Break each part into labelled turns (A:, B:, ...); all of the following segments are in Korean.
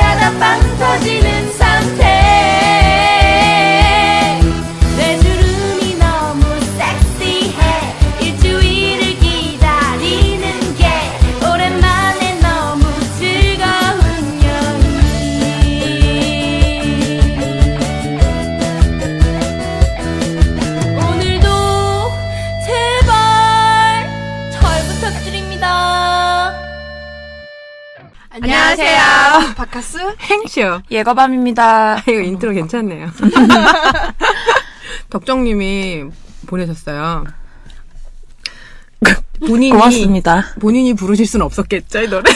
A: 하나 빵 터지는 상태 내 주름이 너무 섹시해 일주일을 기다리는 게 오랜만에 너무 즐거운 여행 오늘도 제발 잘 부탁드립니다.
B: 안녕하세요. 바카스
C: 행쇼.
B: 예거밤입니다.
C: 이거 인트로 괜찮네요. 덕정님이 보내셨어요. 본인이
B: 고맙습니다.
C: 본인이 부르실 수는 없었겠죠 이 노래.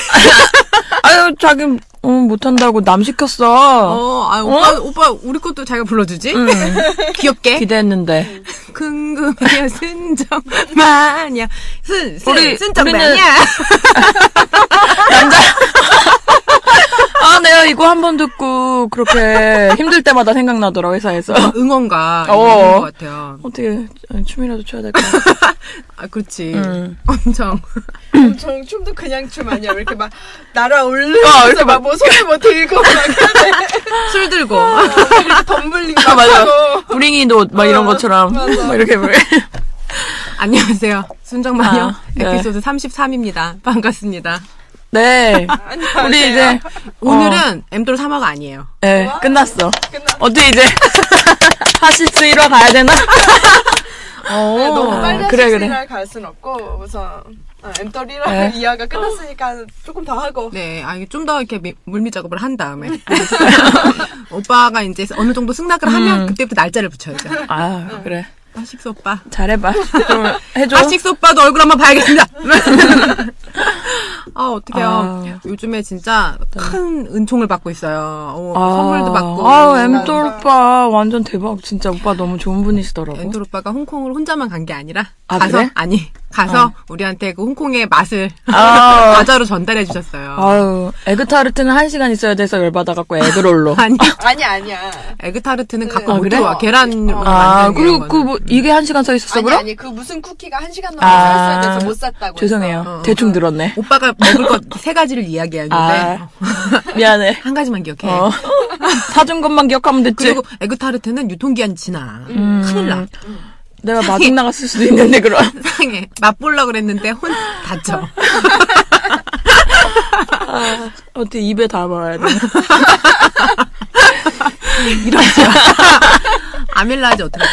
B: 아유, 자기 어, 못한다고 남 시켰어.
C: 어, 아 오빠 오빠 우리 것도 자기가 불러주지.
D: 음.
C: 귀엽게.
B: 기대했는데.
C: 궁금해요 순정 마냐 순, 순
B: 우리-
C: 순정
B: 우리는-
C: 마냐.
B: 아, 내가 이거 한 번 듣고 그렇게 힘들 때마다 생각나더라, 회사에서.
C: 응원가 이런
B: 어.
C: 것 같아요.
B: 어떻게 춤이라도 춰야 될까?
C: 아 그렇지.
B: 음.
C: 엄청
D: 저 춤도 그냥 춤 아니야. 왜 이렇게 막 날아올르면서
B: 아,
C: 어,
B: 이렇게 막-
D: 막뭐 손을 뭐 들고 막
C: 술 들고
D: 이렇게 덤블링 막
B: 아, 맞아.
D: 하고.
B: 브링이 노, 막 이런
D: 어,
B: 것처럼.
D: 맞아.
B: 막 이렇게. 뭐. 막-
C: 안녕하세요 순정 마녀
B: 아, 네.
C: 에피소드 33입니다. 반갑습니다.
B: 네. 우리 이제. 어.
C: 오늘은 엠돌 3화가 아니에요.
B: 네, 끝났어.
D: 끝났어.
B: 어떻게 이제. 하시츠 1화 가야 되나? 어,
D: 너무 빨리
B: 그래,
D: 그래,
B: 그래.
D: 그래. 갈순 없고 우선 m 더리랑
B: 네.
D: 이하가 끝났으니까 조금 더 하고
C: 네, 아, 좀 더 이렇게 미- 물밑 작업을 한 다음에. 오빠가 이제 어느 정도 승낙을 하면
B: 음.
C: 그때부터 날짜를 붙여야죠.
B: 아, 그래.
C: 아식스 오빠.
B: 잘해봐. 그러면 해줘.
C: 아식스 오빠도 얼굴 한번 봐야겠습니다. 아, 어떡해요.
B: 아. 네.
C: 요즘에 진짜 큰 은총을 받고 있어요. 어, 선물도 받고.
B: 아.
C: 음,
B: 아우, 엠돌 오빠 완전 대박. 진짜 오빠 너무 좋은 분이시더라고.
C: 엔돌 오빠가 홍콩을 혼자만 간 게 아니라
B: 아,
C: 가서
B: 그래? 어.
C: 아니 가서 우리한테 그 홍콩의 맛을
B: 아.
C: 과자로 전달해 주셨어요.
B: 아유, 에그타르트는 한 시간 있어야 돼서 열받아갖고 에그롤로.
C: 아니
D: 아니 아니야.
C: 에그타르트는 갖고
D: 아,
C: 못
B: 그래?
C: 들어와. 계란
D: 어.
B: 아,
C: 만드는
B: 그리고
C: 거는.
B: 그 뭐, 이게 한 시간 서 있었어,
D: 아니
B: 그럼?
D: 아니 그 무슨 쿠키가 한 시간 넘게
B: 아.
D: 아, 있어야 돼서 못 샀다고.
B: 죄송해요.
D: 했어.
B: 대충 들었네.
C: 오빠가 먹을 것 세 가지를 이야기하는데
B: 아.
C: 어,
B: 미안해.
C: 한 가지만 기억해.
B: 어. 사준 것만 기억하면 됐지.
C: 그리고 에그타르트는 유통기한 지나
B: 음.
C: 큰일 나
B: 내가 마중 나갔을 수도 있는데, 그럼.
C: 상해 맛보려고 그랬는데 혼 다쳐
B: 어떻게 입에 담아야 돼.
C: 이러지 마 아밀라지 어떻게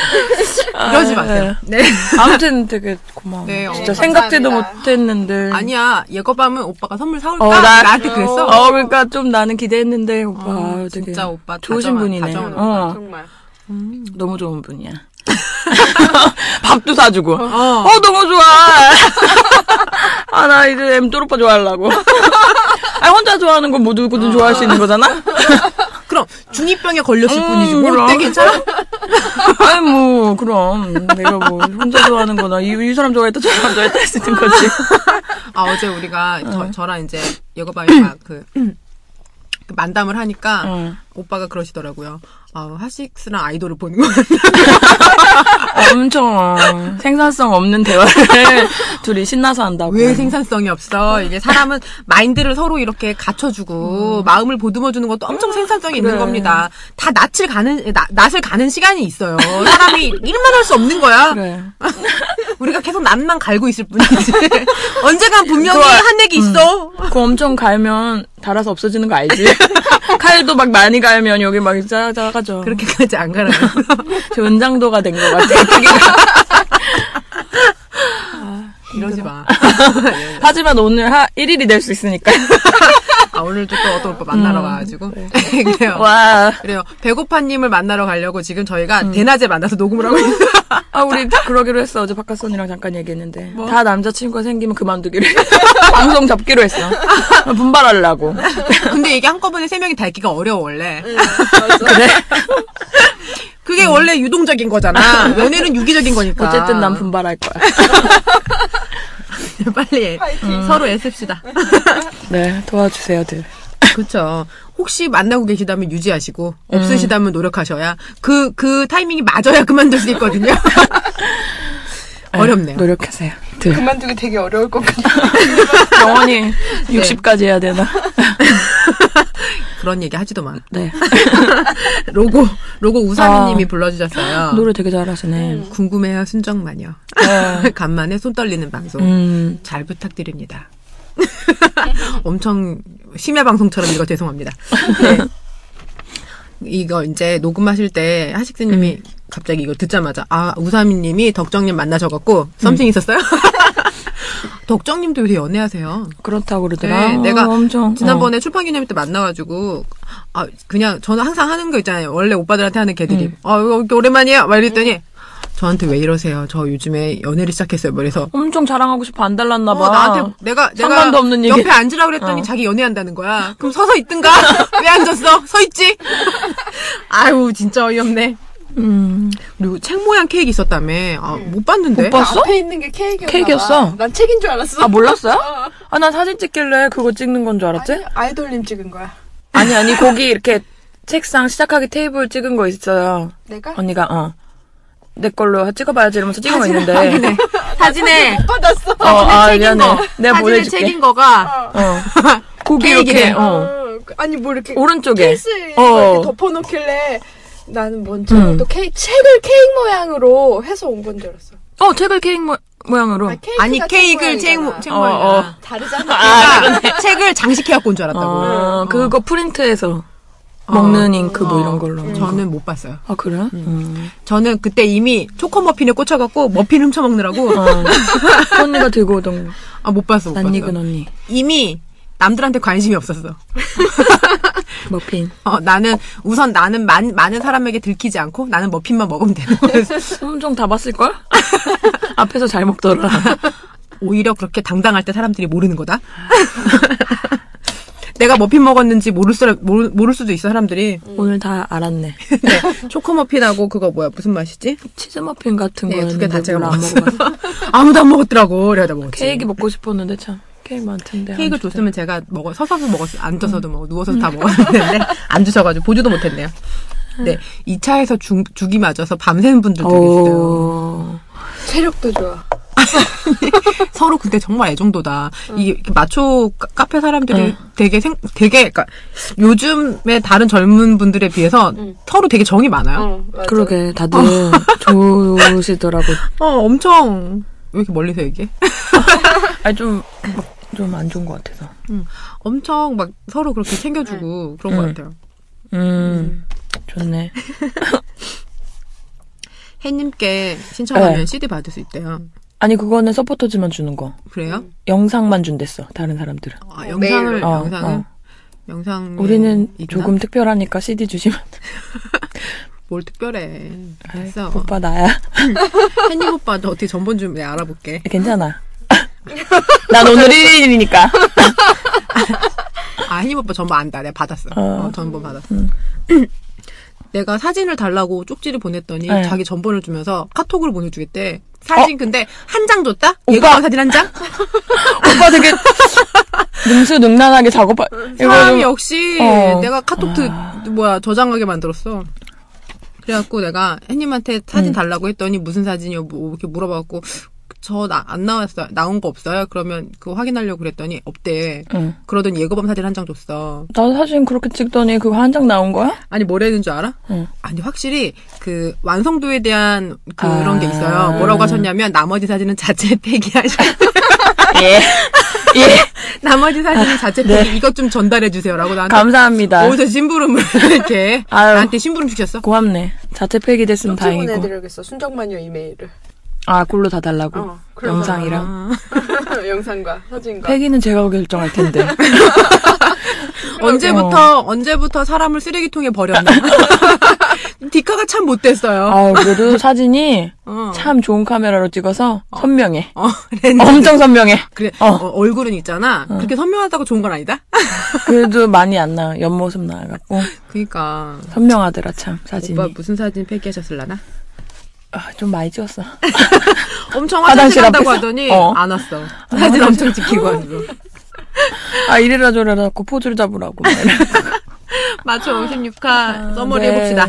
B: 아,
C: 이러지 마세요. 네.
B: 아무튼 되게 고마워.
C: 네, 어,
B: 진짜
D: 네,
B: 생각지도
D: 감사합니다.
B: 못했는데.
C: 아니야 예거밤은 오빠가 선물 사올까
B: 어, 나-
C: 나한테 그랬어. 어,
B: 어, 그러니까 좀 나는 기대했는데, 오빠. 되게
C: 진짜 오빠
B: 좋으신
C: 다정한-
B: 분이네.
C: 다정한
B: 어.
D: 정말.
B: 너무 좋은 분이야. 밥도 사주고. 어,
C: 어.
B: 너무 좋아. 아, 나 이제 엠돌 오빠 좋아하려고. 아, 혼자 좋아하는 건 모두든 좋아할 수 있는 거잖아?
C: 그럼 중이병에 걸렸을
B: 음,
C: 뿐이지 뭐
B: 그럼.
C: 어때 괜찮아?
B: 아이, 뭐, 그럼. 내가 뭐, 혼자 좋아하는 거나, 이, 이 사람 좋아했다, 저 사람 좋아했다 할 수 있는 거지.
C: 아 어제 우리가 저, 저랑 이제 예거밤이랑 그, 그 만담을 하니까
B: 응.
C: 오빠가 그러시더라고요. 아 하식스랑 아이돌을 보는 거 같아.
B: 엄청 생산성 없는 대화를 둘이 신나서 한다고.
C: 왜 생산성이 없어? 이게 사람은 마인드를 서로 이렇게 갖춰주고 마음을 보듬어주는 것도 엄청 생산성이 있는 겁니다. 다 낯을 가는 나- 낯을 가는 시간이 있어요. 사람이 일만 할 수 없는 거야.
B: 그래.
C: 우리가 계속 낯만 갈고 있을 뿐이지. 언젠간 분명히
B: 그걸-
C: 한 얘기 있어.
B: 그거 엄청 갈면 달아서 없어지는 거 알지? 칼도 막 많이 갈면 여기 막 작아져.
C: 그렇게까지 안 가라고.
B: 저 은장도가 된 것 같아.
C: 이러지 마.
B: 하지만 오늘 하, 1일이 될 수 있으니까.
C: 아, 오늘도 또 어떤 오빠 만나러 와가지고.
B: 어.
C: 그래요.
B: 음. 네. 와.
C: 그래요. 배고파님을 만나러 가려고 지금 저희가
B: 음.
C: 대낮에 만나서 녹음을 하고 있어요.
B: 아, 우리 그러기로 했어. 어제 바깥 언니랑 잠깐 얘기했는데. 다 남자친구가 생기면 그만두기로 했어. 방송 접기로 했어. 분발하려고.
C: 근데 이게 한꺼번에 세 명이 닳기가 어려워, 원래.
B: 음. 그래?
C: 그게 원래 유동적인 거잖아. 연애는 유기적인 거니까.
B: 음. 어쨌든 난 분발할 거야.
C: 빨리 해. 음. 서로 애씁시다.
B: 네, 도와주세요,들.
C: 그렇죠. 혹시 만나고 계시다면 유지하시고
B: 음.
C: 없으시다면 노력하셔야 그 그 타이밍이 맞아야 그만둘 수 있거든요. 어렵네요.
B: 노력하세요, 들. 네.
D: 그만두기 되게 어려울 것 같아.
B: 영원히 60까지 해야 되나?
C: 그런 얘기 하지도만.
B: 네.
C: 로고, 로고 우사미님이
B: 아.
C: 불러주셨어요.
B: 노래 되게 잘하시네.
C: 궁금해요, 순정 마녀.
B: 네.
C: 간만에 손 떨리는 방송.
B: 음.
C: 잘 부탁드립니다. 엄청 심야 방송처럼 이거 죄송합니다. 네. 이거 이제 녹음하실 때 하식스님이
B: 음.
C: 갑자기 이걸 듣자마자 아 우사미님이 덕정님 만나셔갖고
B: 음.
C: 썸씽 있었어요? 덕정님도 요새 연애하세요.
B: 그렇다고 그러더라. 어,
C: 네, 내가
B: 엄청
C: 지난번에 출판기념일 때 만나가지고 아 그냥 저는 항상 하는 거 있잖아요. 원래 오빠들한테 하는 개드립.
B: 음.
C: 아 이거 이렇게 오랜만이에요. 막 이랬더니 저한테 왜 이러세요? 저 요즘에 연애를 시작했어요. 뭐 이래서
B: 어, 엄청 자랑하고 싶어 안 달랐나 봐.
C: 어, 나한테 내가 내가
B: 상관도 없는 얘기.
C: 옆에 앉으라 그랬더니
B: 어.
C: 자기 연애한다는 거야. 그럼 서서 있든가. 왜 앉았어? 서 있지. 아유 진짜 어이없네.
B: 음. 네.
C: 그리고 책 모양 케이크 있었다며. 아, 못 봤는데.
B: 못 봤어?
D: 앞에 있는 게 케이크였나
B: 뭐 케이크였어?
D: 봐. 난 책인 줄 알았어.
C: 뭐
B: 아 몰랐어요? 아 난 사진 찍길래 그거 찍는 건 줄 알았지?
D: 아니, 아이돌님 찍은 거야.
B: 아니 아니 거기 이렇게 책상 시작하기 테이블 찍은 거 있어요.
D: 내가?
B: 언니가 어. 내 걸로 찍어봐야지 이러면서 찍은 거 있는데.
C: 사진에
D: 못 받았어.
B: 어, 아,
C: 책인
B: 미안해.
C: 거.
B: 내가
C: 사진에
B: 보내줄게.
C: 책인 거가
D: 어.
B: 어. 거기 이렇게,
C: 케이크네.
B: 어.
D: 아니 뭐 이렇게
B: 오른쪽에.
D: 케이스에
C: 아,
B: 어.
D: 이렇게 덮어놓길래 나는 먼저 또 케이 책을 케이크 모양으로 해서 온 건 줄 알았어.
B: 어, 책을 케이크 모, 모양으로.
D: 아니, 케이크가
C: 아니 케이크를 책
D: 모양이잖아.
C: 모- 책
B: 어,
C: 모양.
B: 어.
D: 다르잖아.
C: 그러니까 책을 장식해 갖고 온 줄 알았다고.
B: 어,
C: 어.
B: 그거 프린트해서 먹는 잉크 뭐 이런 걸로.
C: 저는 못 봤어요.
B: 아, 그래? 음.
C: 저는 그때 이미 초코 머핀에 꽂혀갖고 머핀 훔쳐 먹느라고
B: 어. 그 언니가 들고 오던 거.
C: 아, 못 봤어. 못 봤어.
B: 낯익은 언니.
C: 이미 남들한테 관심이 없었어.
B: 머핀.
C: 어, 나는 우선 나는 많, 많은 사람에게 들키지 않고 나는 머핀만 먹으면 되는 거였어.
B: 엄청 다 봤을걸? 음. 앞에서 잘 먹더라.
C: 오히려 그렇게 당당할 때 사람들이 모르는 거다. 내가 머핀 먹었는지 모를, 수, 모를, 모를 수도 있어 사람들이.
B: 오늘 다 알았네.
C: 네. 초코 머핀하고 그거 뭐야 무슨 맛이지?
B: 치즈 머핀 같은
C: 네,
B: 거는
C: 두 개 다 제가
B: 별로 안
C: 먹었어요.
B: 먹어봤어.
C: 아무도 안 먹었더라고. 그래다 먹었지.
B: 케이크 먹고 싶었는데 참. 케이크 많던데. 안
C: 케이크를
B: 주더라.
C: 줬으면 제가 먹어 서서도 먹었어 앉아서도 먹어 누워서도 다 먹었는데 안 주셔가지고 보지도 못했네요. 네, 이 차에서 중, 죽이 맞아서 밤새는 분들도 계세요.
B: 오.
D: 체력도 좋아.
C: 서로 근데 정말 애정도다. 이게 이렇게 마초 카- 카페 사람들이 되게 생, 되게 그러니까 요즘에 다른 젊은 분들에 비해서 서로 되게 정이 많아요.
D: 응, 맞아.
B: 어, 그러게 다들 좋으시더라고.
C: 어, 엄청 왜 이렇게 멀리서 얘기해?
B: 아니 좀좀 안 좋은 것 같아서.
C: 엄청 막 서로 그렇게 챙겨주고 그런 것
B: 응.
C: 같아요.
B: 음, 좋네.
C: 해님께 신청하면
B: 네.
C: CD 받을 수 있대요.
B: 아니 그거는 서포터즈만 주는 거.
C: 그래요?
B: 영상만 준댔어 다른 사람들은.
C: 아, 영상을
D: 메일로.
B: 어,
C: 영상을
B: 어.
C: 영상
B: 우리는
C: 있나?
B: 조금 특별하니까 CD 주시면.
C: 뭘 특별해
B: 네.
C: 됐어
B: 아이, 오빠 나야.
C: 햇님 오빠한테 어떻게 전번 좀 내가 알아볼게
B: 괜찮아. 난 오늘 1일이니까.
C: 아 햇님 오빠 전번 안다 내가 받았어
B: 어.
C: 어, 전번 받았어 내가 사진을 달라고 쪽지를 보냈더니
B: 네. 어?
C: 자기 전번을 주면서 카톡으로 보내주겠대 사진 근데 한 장 줬다
B: 오빠.
C: 예고한 사진 한장
B: 오빠 되게 능수능란하게 작업하.
C: 사람
B: 좀-
C: 역시
B: 어.
C: 내가 카톡 드, 뭐야 저장하게 만들었어. 그래갖고 내가 햇님한테 사진
B: 음.
C: 달라고 했더니 무슨 사진이요? 뭐 이렇게 물어봐갖고 저 안 나왔어요. 나온 거 없어요? 그러면 그거 확인하려고 그랬더니 없대.
B: 응.
C: 그러더니 예고범 사진 한 장 줬어.
B: 나도 사진 그렇게 찍더니 그거 한 장 나온 거야?
C: 아니 뭐라는 줄 알아?
B: 응.
C: 아니 확실히 그 완성도에 대한 그런
B: 아.
C: 게 있어요. 뭐라고 하셨냐면 나머지 사진은 자체 폐기하셨.
B: 예. 예.
C: 나머지 사진은 자체 폐기. 이것 좀 전달해 주세요라고 나한테.
B: 아, 네. 감사합니다.
C: 어디서 심부름을 이렇게
B: 아유.
C: 나한테 심부름 주셨어?
B: 고맙네. 자체 폐기됐으면
D: 쪽지
B: 다행이고.
D: 보내드려야겠어. 그 순정마녀 이메일을.
B: 아, 꿀로 다 달라고.
D: 어, 그래서-
B: 영상이랑.
C: 아.
D: 영상과
E: 아.
D: 사진과.
B: 폐기는 제가 결정할 텐데.
C: 언제부터
B: 어.
C: 언제부터 사람을 쓰레기통에 버렸나? 디카가 참 못됐어요.
B: 아, 그래도 사진이
C: 어.
B: 참 좋은 카메라로 찍어서 선명해.
C: 어, 렌즈.
B: 엄청 선명해.
C: 그래
B: 어.
C: 어, 얼굴은 있잖아. 그렇게 선명하다고 좋은 건 아니다.
B: 그래도 많이 안 나와. 옆모습 나와갖고.
C: 그러니까
B: 선명하더라, 참, 사진이.
C: 오빠 무슨 사진 폐기하셨을라나?
B: 아, 좀 많이 찍었어.
C: 엄청
B: 화장실
C: 화장실 한다고
B: 앞에서?
C: 하더니
B: 어.
C: 안 왔어. 사진 엄청 찍히고 하고.
B: 아, 이래라 저래라 갖고 포즈를 잡으라고. 막 이래.
C: 맞춰 56화 서머리
B: 네.
C: 해봅시다.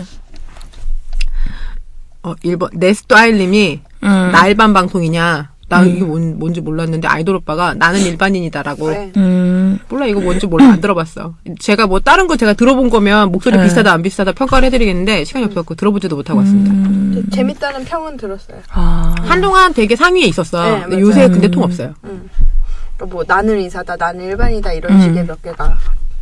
C: 어, 1번 네스토아일님이
B: 음.
C: 나
B: 네.
C: 일반 방송이냐? 나 이게 뭔, 뭔지 몰랐는데 아이돌 오빠가 나는 일반인이다라고
D: 네.
B: 음.
C: 몰라 이거 뭔지 몰라 안 들어봤어. 제가 뭐 다른 거 제가 들어본 거면 목소리 비슷하다 안 비슷하다 평가를 해드리겠는데 시간이 없었고 들어보지도 못하고 왔습니다.
E: 음.
B: 음.
D: 재밌다는 평은 들었어요.
B: 아.
C: 한동안 되게 상위에 있었어.
D: 네,
C: 근데
D: 맞아요. 음.
C: 요새 근데 통 없어요.
D: 그러니까 뭐 나는 의사다, 나는 일반이다 이런
B: 음.
D: 식의 몇 개가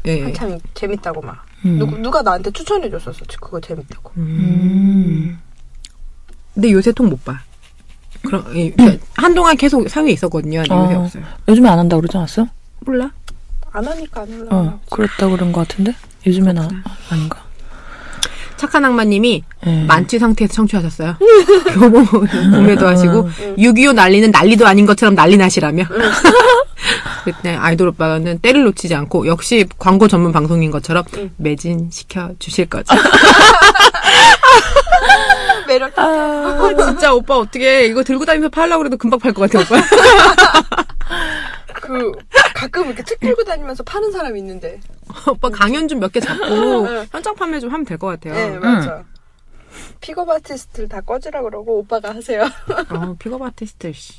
B: 네.
C: 예.
D: 아, 한참 재밌다고 막 누구, 누가 나한테 추천해 줬었어. 그거 재밌다고.
B: 음.
C: 근데 요새 통 못 봐. 그럼 예, 한동안 계속 상위에 있었거든요. 근데 요새
B: 어.
C: 없어요.
B: 요즘에 안 한다고 그러지 않았어?
C: 몰라.
D: 안 하니까 안 올라가.
B: 어, 그랬다 그런 것 같은데? 요즘엔 아, 아닌가?
C: 착한 악마님이
B: 예.
C: 만취 상태에서 청취하셨어요. 교보 구매도 하시고 6.25 난리는 난리도 아닌 것처럼 난리 나시라며. 그때 아이돌 오빠는 때를 놓치지 않고 역시 광고 전문 방송인 것처럼 매진 시켜 주실 거죠.
D: 매력.
C: 아, 진짜 오빠 어떻게 이거 들고 다니면서 팔려고 그래도 금방 팔 것 같아 오빠.
D: 그 가끔 이렇게 책 들고 다니면서 파는 사람 있는데.
C: 오빠 강연 좀 몇 개 잡고 현장 판매 좀 하면 될 것 같아요.
B: 음.
D: 네 맞아. 픽업 아티스트를 다 꺼지라 그러고 오빠가 하세요.
C: 어, 픽업 아티스트, 씨.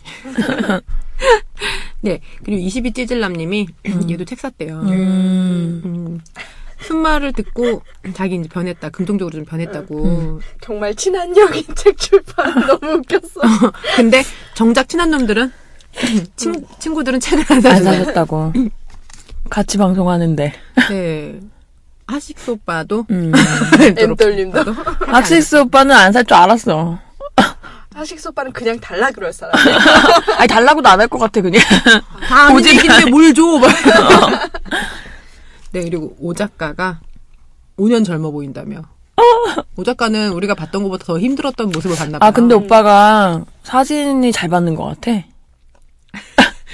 C: 네, 그리고 22 찌질남님이, 얘도 책 샀대요. 음. 순말을 듣고, 자기 이제 변했다, 긍정적으로 좀 변했다고.
B: 음.
D: 정말 친한 여인 책 출판 너무 웃겼어.
C: 근데, 정작 친한 놈들은, 친, 친구들은 책을 안
B: 안
C: 사줘요.
B: 사셨다고. 음. 같이 방송하는데.
C: 네. 하식스 오빠도,
B: 음.
D: 엠돌님도.
B: 아, 박시스 오빠는 안 살 줄 알았어.
D: 하식스 오빠는 그냥 달라 그럴 사람.
B: 아니, 달라고도 안 할 것 같아, 그냥.
C: 다 아는
B: 고집이
C: 얘기인데 뭘 줘, 막. 네, 그리고 오 작가가 5년 젊어 보인다며. 오 작가는 우리가 봤던 것보다 더 힘들었던 모습을 봤나 봐요.
B: 어. 아, 근데 오빠가 사진이 잘 받는 것 같아.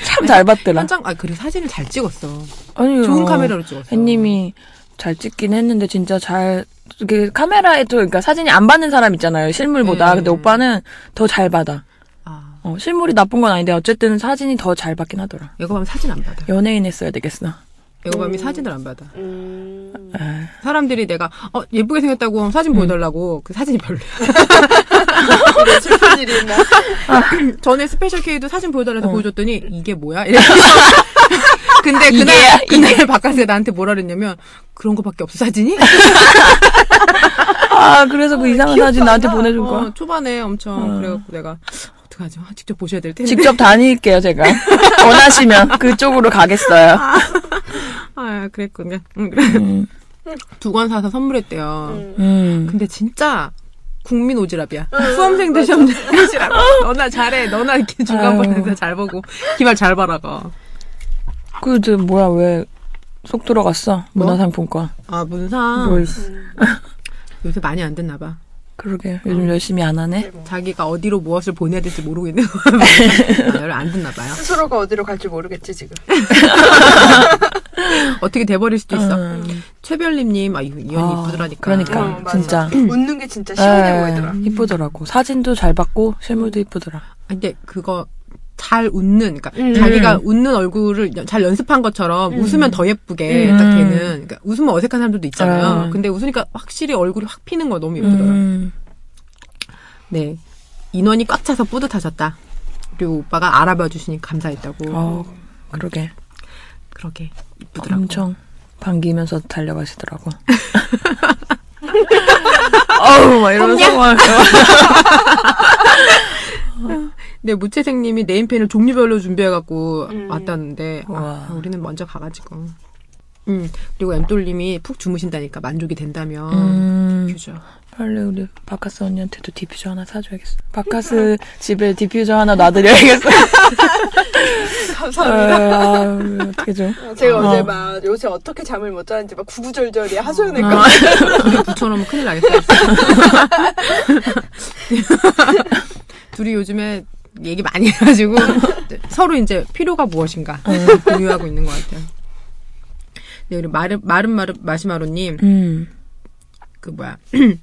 B: 참 잘 받더라.
C: 현장 아 그래 사진을 잘 찍었어.
B: 아니,
C: 좋은 카메라로 찍었어.
B: 음, 햇님이 잘 찍긴 했는데 진짜 잘 이게 카메라에 또 그러니까 사진이 안 받는 사람 있잖아요 실물보다
C: 음.
B: 근데 오빠는 더 잘 받아
C: 아
B: 어, 실물이 나쁜 건 아닌데 어쨌든 사진이 더 잘 받긴 하더라
C: 이거 밤이 사진 안 받아.
B: 연예인 했어야 되겠어
C: 이거 밤이 사진을 안 받아. 아,
D: 음.
C: 사람들이 내가 어 예쁘게 생겼다고 하면
B: 음.
C: 사진 보여달라고 그 사진이 별로야.
D: 이런 슬픈 일이
E: 뭐
D: 있나?
B: 아.
C: 전에 스페셜 K도 사진 보여달라고
B: 어.
C: 보여줬더니 이게 뭐야? 이래서 근데 그날 그날 바깥에 나한테 뭐라 그랬냐면 그런 거밖에 없어 사진이?
B: 아 그래서 그 이상한 사진 나한테 보내준 거야
C: 어, 초반에 엄청 그래갖고 내가 어떡하죠? 직접 보셔야 될 텐데.
B: 직접 다닐게요 제가 원하시면 그쪽으로 가겠어요
C: 아 그랬군요.
B: 음,
C: 두 권 사서 선물했대요.
B: 음.
C: 근데 진짜 국민 오지랖이야. 수험생들 시험 잘 오지랖. 너나 잘해. 너나 이렇게 중간
B: 아유.
C: 반에서 잘 보고 기말 잘 바라가.
B: 그저 뭐야 왜 속 들어갔어
C: 뭐?
B: 문화상품권
C: 아 문상
B: 뭘
C: 요새 많이 안 됐나 봐.
B: 그러게
C: 어.
B: 요즘 열심히 안 하네
C: 자기가 어디로 무엇을 보내야 될지 모르겠는 거야. 아, 열안 듣나 봐요.
D: 스스로가 어디로 갈지 모르겠지 지금.
C: 어떻게 돼버릴 수도 있어.
B: 음.
C: 최별님님 아 이거 이현이
B: 아,
C: 이쁘더라니까.
B: 그러니까.
D: 어, 맞아.
B: 진짜.
D: 웃는 게 진짜 시원해
B: 예,
D: 보이더라.
B: 이쁘더라고. 사진도 잘 받고 실물도 이쁘더라.
C: 아, 근데 그거 잘 웃는, 그러니까 자기가 웃는 얼굴을 연- 잘 연습한 것처럼 웃으면 더 예쁘게 딱 되는. 그러니까 웃으면 어색한 사람들도 있잖아요.
B: 음.
C: 근데 웃으니까 확실히 얼굴이 확 피는 거 너무 예쁘더라고. 요 네. 인원이 꽉 차서 뿌듯하셨다. 그리고 오빠가 알아봐 주시니 감사했다고.
B: 어, 그러게.
C: 그러게. 이쁘더라고.
B: 엄청 반기면서 달려가시더라고. 어우, 막 이런 상황.
C: 네, 무채생님이 네임펜을 종류별로 준비해갖고 왔다는데, 아,
B: 음. 우와.
C: 우리는 먼저 가가지고. 음, 그리고 엠돌님이 푹 주무신다니까 만족이 된다면.
B: 음,
C: 그죠.
B: 빨리 우리 바카스 언니한테도 디퓨저 하나 사줘야겠어. 바카스 집에 디퓨저 하나 놔드려야겠어. 네,
D: 감사합니다.
B: 아, 어떻게 좀.
D: 제가
B: 어.
D: 어. 제막 요새 어떻게 잠을 못 자는지 막 구구절절이 하소연했거든요.
B: 어.
C: 이거 붙여놓으면 어. 큰일 나겠어요. 둘이 요즘에 얘기 많이 해가지고 서로 이제 필요가 무엇인가 공유하고 있는 것 같아요. 네, 우리 마른 마른 마른 마시마로님
B: 음,
C: 그 뭐야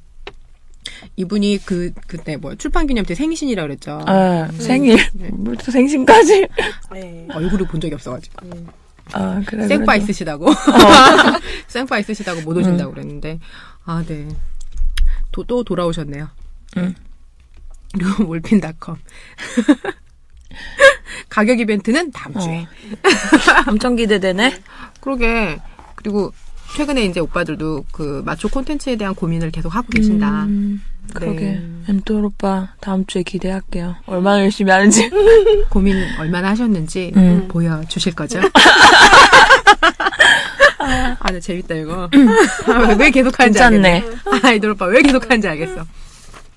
C: 이분이 그 그때 뭐 출판 기념 때 생신이라 그랬죠.
B: 아,
C: 음.
B: 생일.
C: 네.
B: 뭘 또 생신까지.
D: 네.
C: 얼굴을 본 적이 없어가지고
B: 아, 그래.
C: 생파
B: 그래도.
C: 있으시다고 생파 있으시다고
B: 음.
C: 못 오신다고 그랬는데 아 네. 또, 또 돌아오셨네요.
B: 음.
C: 그리고 몰핀닷컴. 가격 이벤트는 다음 주에.
B: 어. 엄청 기대되네.
C: 그러게. 그리고 최근에 이제 오빠들도 그 마초 콘텐츠에 대한 고민을 계속 하고 계신다.
B: 음,
C: 네.
B: 그러게. 네. 엠돌 오빠 다음 주에 기대할게요. 얼마나 열심히 하는지.
C: 고민 얼마나 하셨는지
B: 음.
C: 보여주실 거죠? 아, 네, 재밌다, 이거. 아, 왜 계속 하는지
B: 음. 괜찮네.
C: 알겠네. 아이돌 오빠 왜 계속 하는지 알겠어.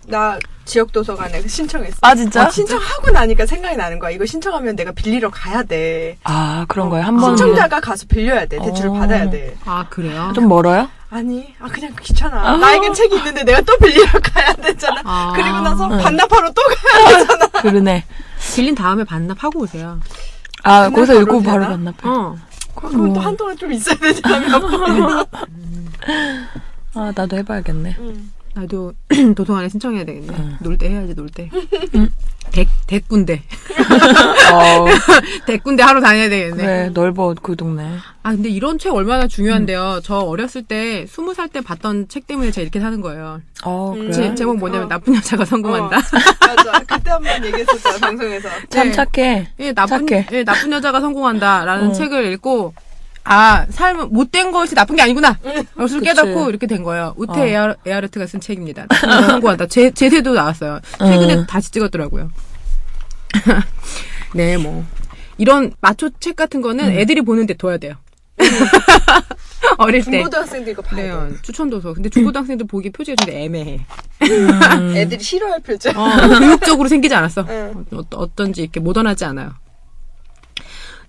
E: 나 지역 도서관에 그 신청했어.
B: 아 진짜?
E: 어, 신청하고 나니까 생각이 나는 거야. 이거 신청하면 내가 빌리러 가야 돼.
B: 아 그런 거예요. 한 번.
E: 신청자가 가서 빌려야 돼. 대출을
B: 어.
E: 받아야 돼.
C: 아, 그래요?
B: 좀 멀어요?
E: 아니, 아 그냥 귀찮아. 나에겐 책이 있는데 내가 또 빌리러 가야 되잖아.
C: 아.
E: 그리고 나서
B: 네.
E: 반납하러 또 가야 되잖아.
B: 그러네.
C: 빌린 다음에 반납하고 오세요.
B: 아 거기서
E: 바로
B: 읽고 바로
E: 되나?
B: 만나.
C: 어.
E: 그럼 또 한동안 좀 있어야 되잖아. 몇 번. 어?
B: 아 나도 해봐야겠네.
E: 음.
C: 나도 도서관에 신청해야 되겠네. 놀 때 해야지, 놀 때. 대, 대군대.
B: 어
E: 네.
C: 대군대 하러 다녀야 되겠네.
B: 그래 넓어 그 동네.
C: 아, 근데 이런 책 얼마나 중요한데요. 저 어렸을 때, 스무 살 때 봤던 책 때문에 제가 이렇게 사는 거예요. 어.
B: 어
E: 음.
B: 그래.
C: 제, 제목 뭐냐면,
E: 어.
C: 나쁜 여자가 성공한다.
E: 맞아. 그때 한 번 얘기했었잖아 방송에서.
B: 참
C: 네.
B: 착해.
C: 예, 나쁜,
B: 착해.
C: 예, 나쁜 여자가 성공한다라는
B: 어.
C: 책을 읽고, 아, 삶은, 못된 것이 나쁜 게 아니구나! 그것을
B: 그치.
C: 깨닫고 이렇게 된 거예요. 우테
B: 어.
C: 에아, 에아르트가 쓴 책입니다. 나쁜 여자가 성공한다. 제, 제 세도 나왔어요. 최근에
B: 음.
C: 다시 찍었더라고요. 네, 뭐. 이런 마초 책 같은 거는 애들이 보는데 둬야 돼요. 어릴 때.
E: 중고등학생도 이거
C: 네,
E: 봐야 돼.
C: 추천도서. 근데 중고등학생들 보기 표지가 좀 애매해.
B: 음.
E: 애들이 싫어할 표정.
C: 어, 교육적으로 생기지 않았어.
E: 응.
C: 어, 어떤지 이렇게 모던하지 않아요.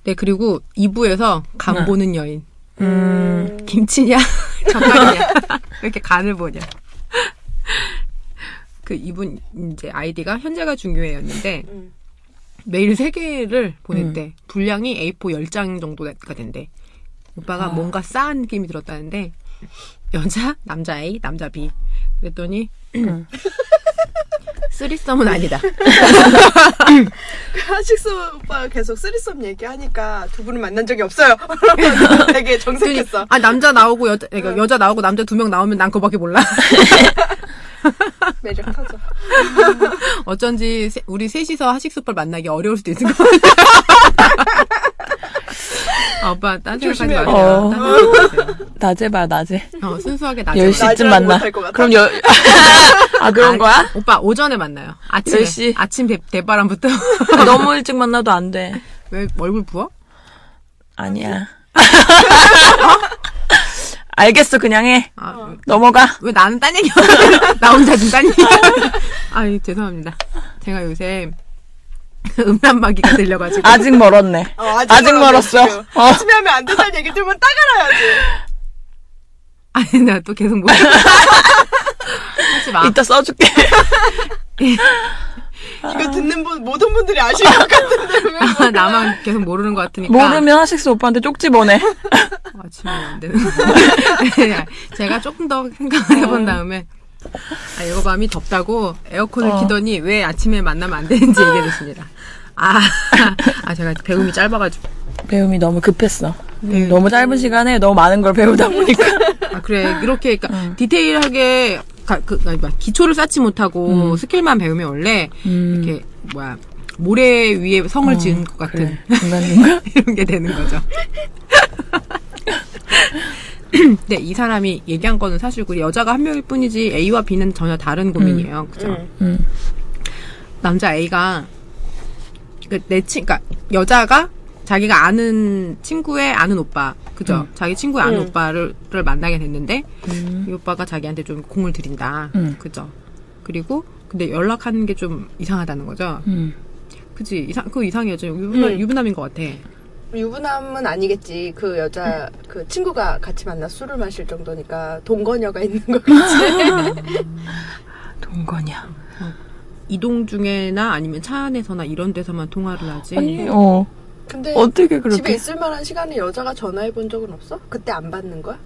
C: 네, 그리고 2부에서 간 보는 여인.
E: 음.
C: 김치냐? 젓갈이냐? 왜 이렇게 간을 보냐? 그 이분 이제 아이디가 현재가 중요해였는데
E: 음.
C: 매일 세개를 보냈대. 분량이 A4 10장 정도가 된대. 오빠가 뭔가 싸한 느낌이 들었다는데 여자, 남자 A, 남자 B. 그랬더니 쓰리썸은 아니다.
E: 하식스 오빠가 계속 쓰리썸 얘기하니까 두 분은 만난 적이 없어요. 되게 정색했어.
B: 그,
C: 아 남자 나오고 여자 그러니까 여자 나오고 남자 두 명 나오면 난 그거밖에 몰라.
B: 아.
E: 매력 터져.
C: 어쩐지 세- 우리 셋이서 하식스벌 만나기 어려울 수도 있을 것 같아. 아, 오빠 딴 생각하지
E: 조심해요. 어.
C: 마세요. 딴 생각하지 마세요.
B: 낮에 봐 낮에.
C: 어, 순수하게 나중에.
B: 10시쯤
E: 낮이라고
B: 만나.
E: 못할 것 같아.
B: 그럼 열. 아 그런
C: 아,
B: 거야?
C: 오빠 오전에 만나요. 아침에.
B: 10시.
C: 아침 대, 대바람부터.
B: 너무 일찍 만나도 안 돼.
C: 왜 얼굴 부어?
B: 아니야.
E: 어?
B: 알겠어 그냥 해.
C: 아,
B: 넘어가.
C: 왜 나는 딴 얘기야? 나 혼자 지금 딴 얘기야? 아니, 죄송합니다. 제가 요새 음란마귀가 들려가지고.
B: 아직 멀었네.
E: 어,
B: 아직 멀었어.
E: 지금.
B: 어.
E: 아침에 하면 안 된다는 얘기 들으면 따가라야지.
C: 아니, 나 또 계속 뭐. 하지 마.
B: 이따 써줄게. 아.
E: 이거 듣는 분, 모든 분들이 아실 것 같은데. 왜 몰라.
C: 아, 나만 계속 모르는 것 같으니까.
B: 모르면 하식스 오빠한테 쪽지 보내.
C: 아침에 안 되는. 거야. 제가 조금 더 생각을 해본 다음에. 아, 이거 밤이 덥다고 에어컨을 키더니 왜 아침에 만나면 안 되는지 얘기해 주십니다. 아, 아, 제가 배움이 짧아가지고.
B: 배움이 너무 급했어. 너무 짧은 시간에 너무 많은 걸 배우다 보니까.
C: 아, 그래. 이렇게, 그러니까 디테일하게, 가- 그, 아니, 막 기초를 쌓지 못하고 스킬만 배우면 원래, 이렇게, 뭐야, 모래 위에 성을 지은 것 같은.
B: 그래. 중간중간.
C: 이런 게 되는 거죠. 네, 이 사람이 얘기한 거는 사실 우리 여자가 한 명일 뿐이지 A와 B는 전혀 다른 고민이에요. 그죠?
B: 음.
C: 남자 A가 그 내 친, 그러니까 여자가 자기가 아는 친구의 아는 오빠,
B: 음.
C: 그죠? 자기 친구의 아는 오빠를 를 만나게 됐는데 이 오빠가 자기한테 좀 공을 들인다,
B: 음.
C: 그죠? 그리고 근데 연락하는 게 좀 이상하다는 거죠.
B: 음.
C: 그지? 이상 그 이상이었죠. 유부남, 유부남인 것 같아.
E: 유부남은 아니겠지. 그 여자, 그 친구가 같이 만나 술을 마실 정도니까 동거녀가 있는 거겠지.
B: 동거냐.
C: 이동 중에나 아니면 차 안에서나 이런 데서만 통화를 하지.
B: 아니, 어.
E: 근데
B: 어떻게
E: 집에
B: 그렇게.
E: 있을 만한 시간에 여자가 전화해 본 적은 없어? 그때 안 받는 거야?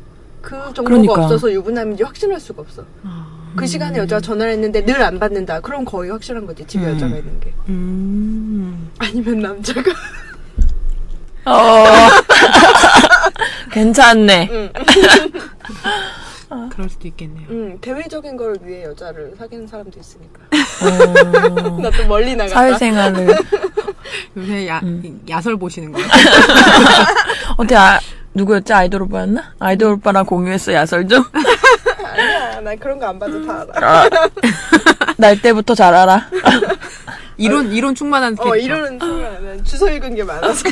E: 그 정보가
B: 그러니까.
E: 없어서 유부남인지 확신할 수가 없어. 그 시간에 여자가 전화를 했는데 늘 안 받는다. 그럼 거의 확실한 거지. 집에 여자가 있는 게.
C: 음.
E: 아니면 남자가.
B: 어. 괜찮네.
C: 그럴 수도 있겠네요.
B: 아.
E: 음, 대외적인 걸 위해 여자를 사귀는 사람도 있으니까.
B: 어,
E: 나 또 멀리 나갔다.
B: 사회생활을.
C: 요새 야,
B: 음.
C: 야설 보시는 거예요?
B: 어떻게, 아, 누구였지? 아이돌 오빠였나? 아이돌 오빠랑 공유했어, 야설 좀?
E: 아니야, 나 그런 거 안 봐도 다 알아.
B: 아. 날 때부터 잘 알아.
C: 이론, 이론 충만한 캐릭터.
E: 어,
B: 그러니까.
E: 이러는 순간 주소 읽은 게 많아서.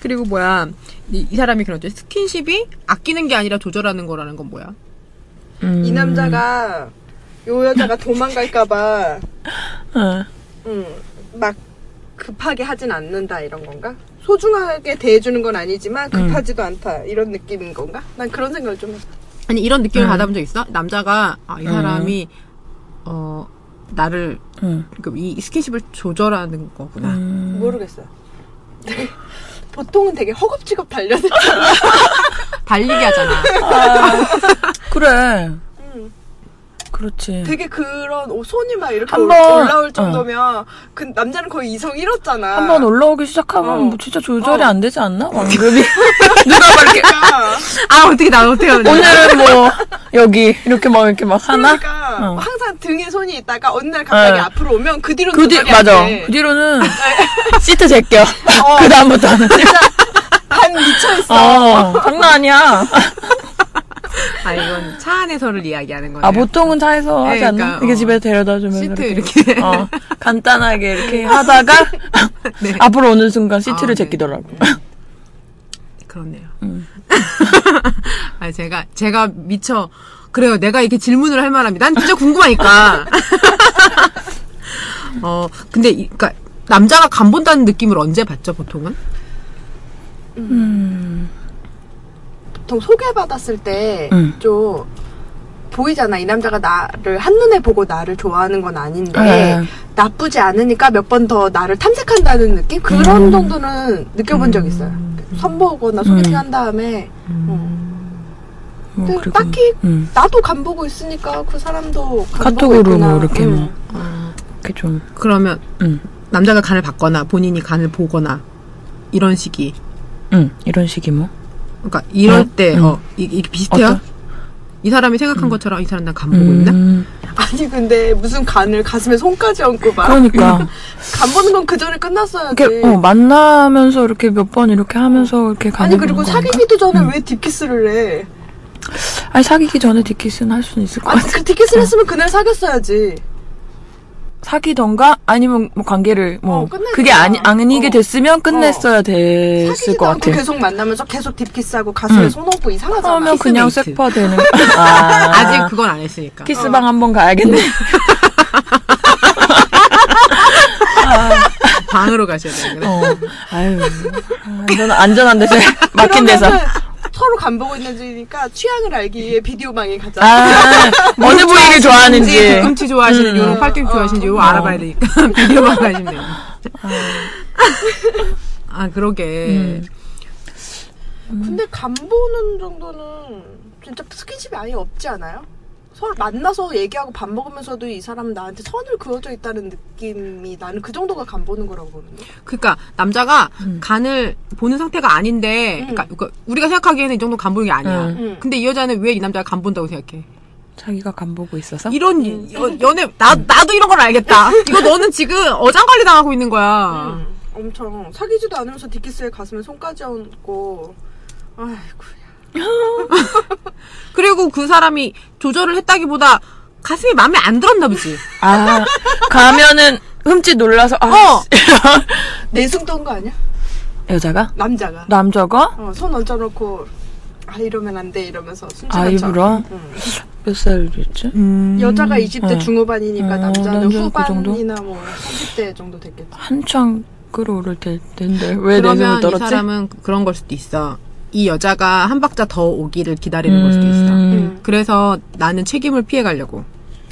C: 그리고 뭐야. 이, 이 사람이 그런 데 스킨십이 아끼는 게 아니라 조절하는 거라는 건 뭐야?
B: 음.
E: 이 남자가 요 여자가 도망갈까봐
B: 어.
E: 음, 막 급하게 하진 않는다 이런 건가? 소중하게 대해주는 건 아니지만
B: 음.
E: 급하지도 않다 이런 느낌인 건가? 난 그런 생각을 좀 했어.
C: 아니, 이런 느낌을
B: 음.
C: 받아본 적 있어? 남자가, 아, 이 사람이, 어, 나를,
B: 음.
C: 그이 스킨십을 조절하는 거구나.
E: 모르겠어요. 되게- 보통은 되게 허겁지겁 달려들.
C: 달리기 하잖아.
B: 그래.
E: 음,
B: 그렇지.
E: 되게 그런 오, 손이 막 이렇게
B: 한
E: 올-
B: 번- 어.
E: 올라올 정도면 그 남자는 거의 이성 잃었잖아.
B: 한 번 올라오기 시작하면
E: 어.
B: 뭐 진짜 조절이
E: 어.
B: 안 되지 않나? 완급이. 누가 막 이렇게,
E: 그러니까,
C: 아, 어떻게, 나 어떻게 하면 돼?
B: 오늘은 뭐, 여기, 이렇게 막 이렇게 막 하나?
E: 그러니까
B: 어.
E: 항상 등에 손이 있다가 어느 날 갑자기
B: 어.
E: 앞으로 오면 그 뒤로
B: 그 뒤, 맞아. 그 뒤로는 시트 제껴. 그 다음부터는.
E: 반 미쳐 있어.
B: 어, 장난 아니야.
C: 아, 이건 차 안에서를 이야기하는 거네.
B: 아, 보통은 차에서 하지
C: 네,
B: 않나?
C: 그러니까,
B: 이게
C: 어.
B: 집에 데려다 주면.
C: 시트 이렇게.
B: 어, 간단하게 이렇게 하다가,
C: 네.
B: 앞으로 오는 순간 시트를
C: 아, 네.
B: 제끼더라고.
C: 그렇네요.
B: 음.
C: 아 제가 제가 미쳐 그래요. 내가 이렇게 질문을 할 만합니다. 난 진짜 궁금하니까. 어 근데 이, 그러니까 남자가 간 본다는 느낌을 언제 받죠 보통은?
E: 보통 소개받았을 때
B: 음.
E: 좀 보이잖아. 이 남자가 나를 한눈에 보고 나를 좋아하는 건 아닌데
B: 네.
E: 나쁘지 않으니까 몇 번 더 나를 탐색한다는 느낌? 그런
B: 음.
E: 정도는 느껴본 적 있어요. 선보거나 소개팅 한 다음에 어.
B: 뭐,
E: 근데
B: 그리고,
E: 딱히
B: 음,
E: 나도 간보고 있으니까 그 사람도 간보고
B: 카톡으로
E: 있구나.
B: 뭐 이렇게
E: 음.
B: 뭐. 이렇게 좀,
C: 그러면
B: 음.
C: 남자가 간을 받거나 본인이 간을 보거나 이런 식이.
B: 음, 이런 식이 뭐.
C: 그러니까 이럴
B: 어?
C: 때
B: 음.
C: 어 이, 이게 비슷해요?
B: 어떤?
C: 이 사람이 생각한 것처럼 이 사람 나 간 보고 있나?
B: 음,
E: 아니 근데 무슨 간을 가슴에 손까지 얹고 막
B: 그러니까.
E: 아, 간 보는 건 그 전에 끝났어야지.
B: 이렇게, 어, 만나면서 이렇게 몇 번 이렇게 하면서 이렇게 가는
E: 아니 그리고
B: 건가?
E: 사귀기도 전에 왜 딥키스를 해?
B: 아니, 사귀기 전에 디키스는 할 수는 있을 것
E: 아니
B: 같아.
E: 그 딥키스를 했으면 그날 사귀었어야지.
B: 사귀던가 아니면 뭐 관계를 뭐
E: 어, 끝냈구나.
B: 그게 아니 아니게
E: 어.
B: 됐으면 끝냈어야 됐을
E: 사귀지도
B: 것
E: 않고
B: 같아. 요
E: 계속 만나면서 계속 딥키스하고 가슴에
B: 응.
E: 손 얹고 이상하잖아.
B: 그러면 그냥
C: 키스메이트.
B: 세파 되는 거. 아,
C: 아직 그건 안 했으니까.
B: 키스방 한번 가야겠네.
C: 방으로 가셔야 되는데.
B: 어. 아유. 안전 안전한 데서 맡긴 데서.
E: 그러면은 서로 간 보고 있는지니까 취향을 알기 위해 비디오 방에 가자.
B: 아, 어느 부위를 좋아하는지. 음. 어,
C: 뒤꿈치 좋아하시는지, 요 팔뚝 좋아하시는지 요거 알아봐야 되니까 비디오만 가시면 돼요. 아 그러게.
B: 음.
E: 근데 간 보는 정도는 진짜 스킨십이 아예 없지 않아요? 서로 만나서 얘기하고 밥 먹으면서도 이 사람 나한테 선을 그어져 있다는 느낌이 나는 그 정도가 간 보는 거라고 보는데.
C: 그러니까 남자가
B: 음.
C: 간을 보는 상태가 아닌데,
E: 음.
C: 그러니까, 그러니까 우리가 생각하기에는 이 정도 간 보는 게 아니야.
B: 음.
E: 음.
C: 근데 이 여자는 왜 이 남자가 간 본다고 생각해?
B: 자기가 간 보고 있어서.
C: 이런
B: 음.
C: 여- 연애 나 나도 이런 걸 알겠다. 이거 너는 지금 어장 관리 당하고 있는 거야.
E: 음, 엄청 사귀지도 않으면서 디키스의 가슴에 손까지 얹고 아이고
C: 그리고 그 사람이 조절을 했다기보다 가슴이 마음에 안 들었나 보지.
B: 아, 가면은 흠칫 놀라서 아.
C: 어.
E: 내숭 떤거 아니야?
B: 여자가
E: 남자가
B: 남자가
E: 어, 손 얹어놓고 아 이러면 안 돼 이러면서
B: 아,
E: 순진한 척
B: 일부러
E: 응.
B: 몇 살이었지?
E: 여자가 20대
B: 응.
E: 중후반이니까
B: 음,
E: 남자는
B: 남자는 그
E: 후반이나 뭐 30대 정도 됐겠지
B: 한창 끌어오를 때 텐데 왜 내숭을
C: 그러면 이
B: 네, 떨었지?
C: 사람은 그런 걸 수도 있어. 이 여자가 한 박자 더 오기를 기다리는 걸 수도 있어.
B: 음.
E: 음.
C: 그래서 나는 책임을 피해 가려고.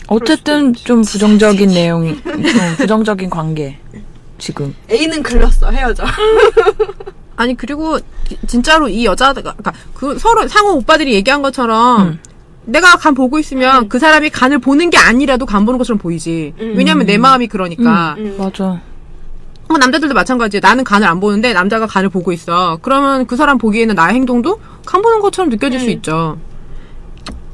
B: 어쨌든 좀 부정적인 내용이 어, 부정적인 관계 지금
E: A는 글렀어 헤어져
C: 아니 그리고 지- 진짜로 이 여자가 그러니까 그 서로 상호 오빠들이 얘기한 것처럼
B: 음.
C: 내가 간 보고 있으면
E: 음.
C: 그 사람이 간을 보는 게 아니라도 간 보는 것처럼 보이지. 왜냐면 내 마음이 그러니까.
E: 음.
B: 맞아
C: 어, 남자들도 마찬가지야. 나는 간을 안 보는데 남자가 간을 보고 있어. 그러면 그 사람 보기에는 나의 행동도 간 보는 것처럼
E: 음.
C: 느껴질 수 있죠.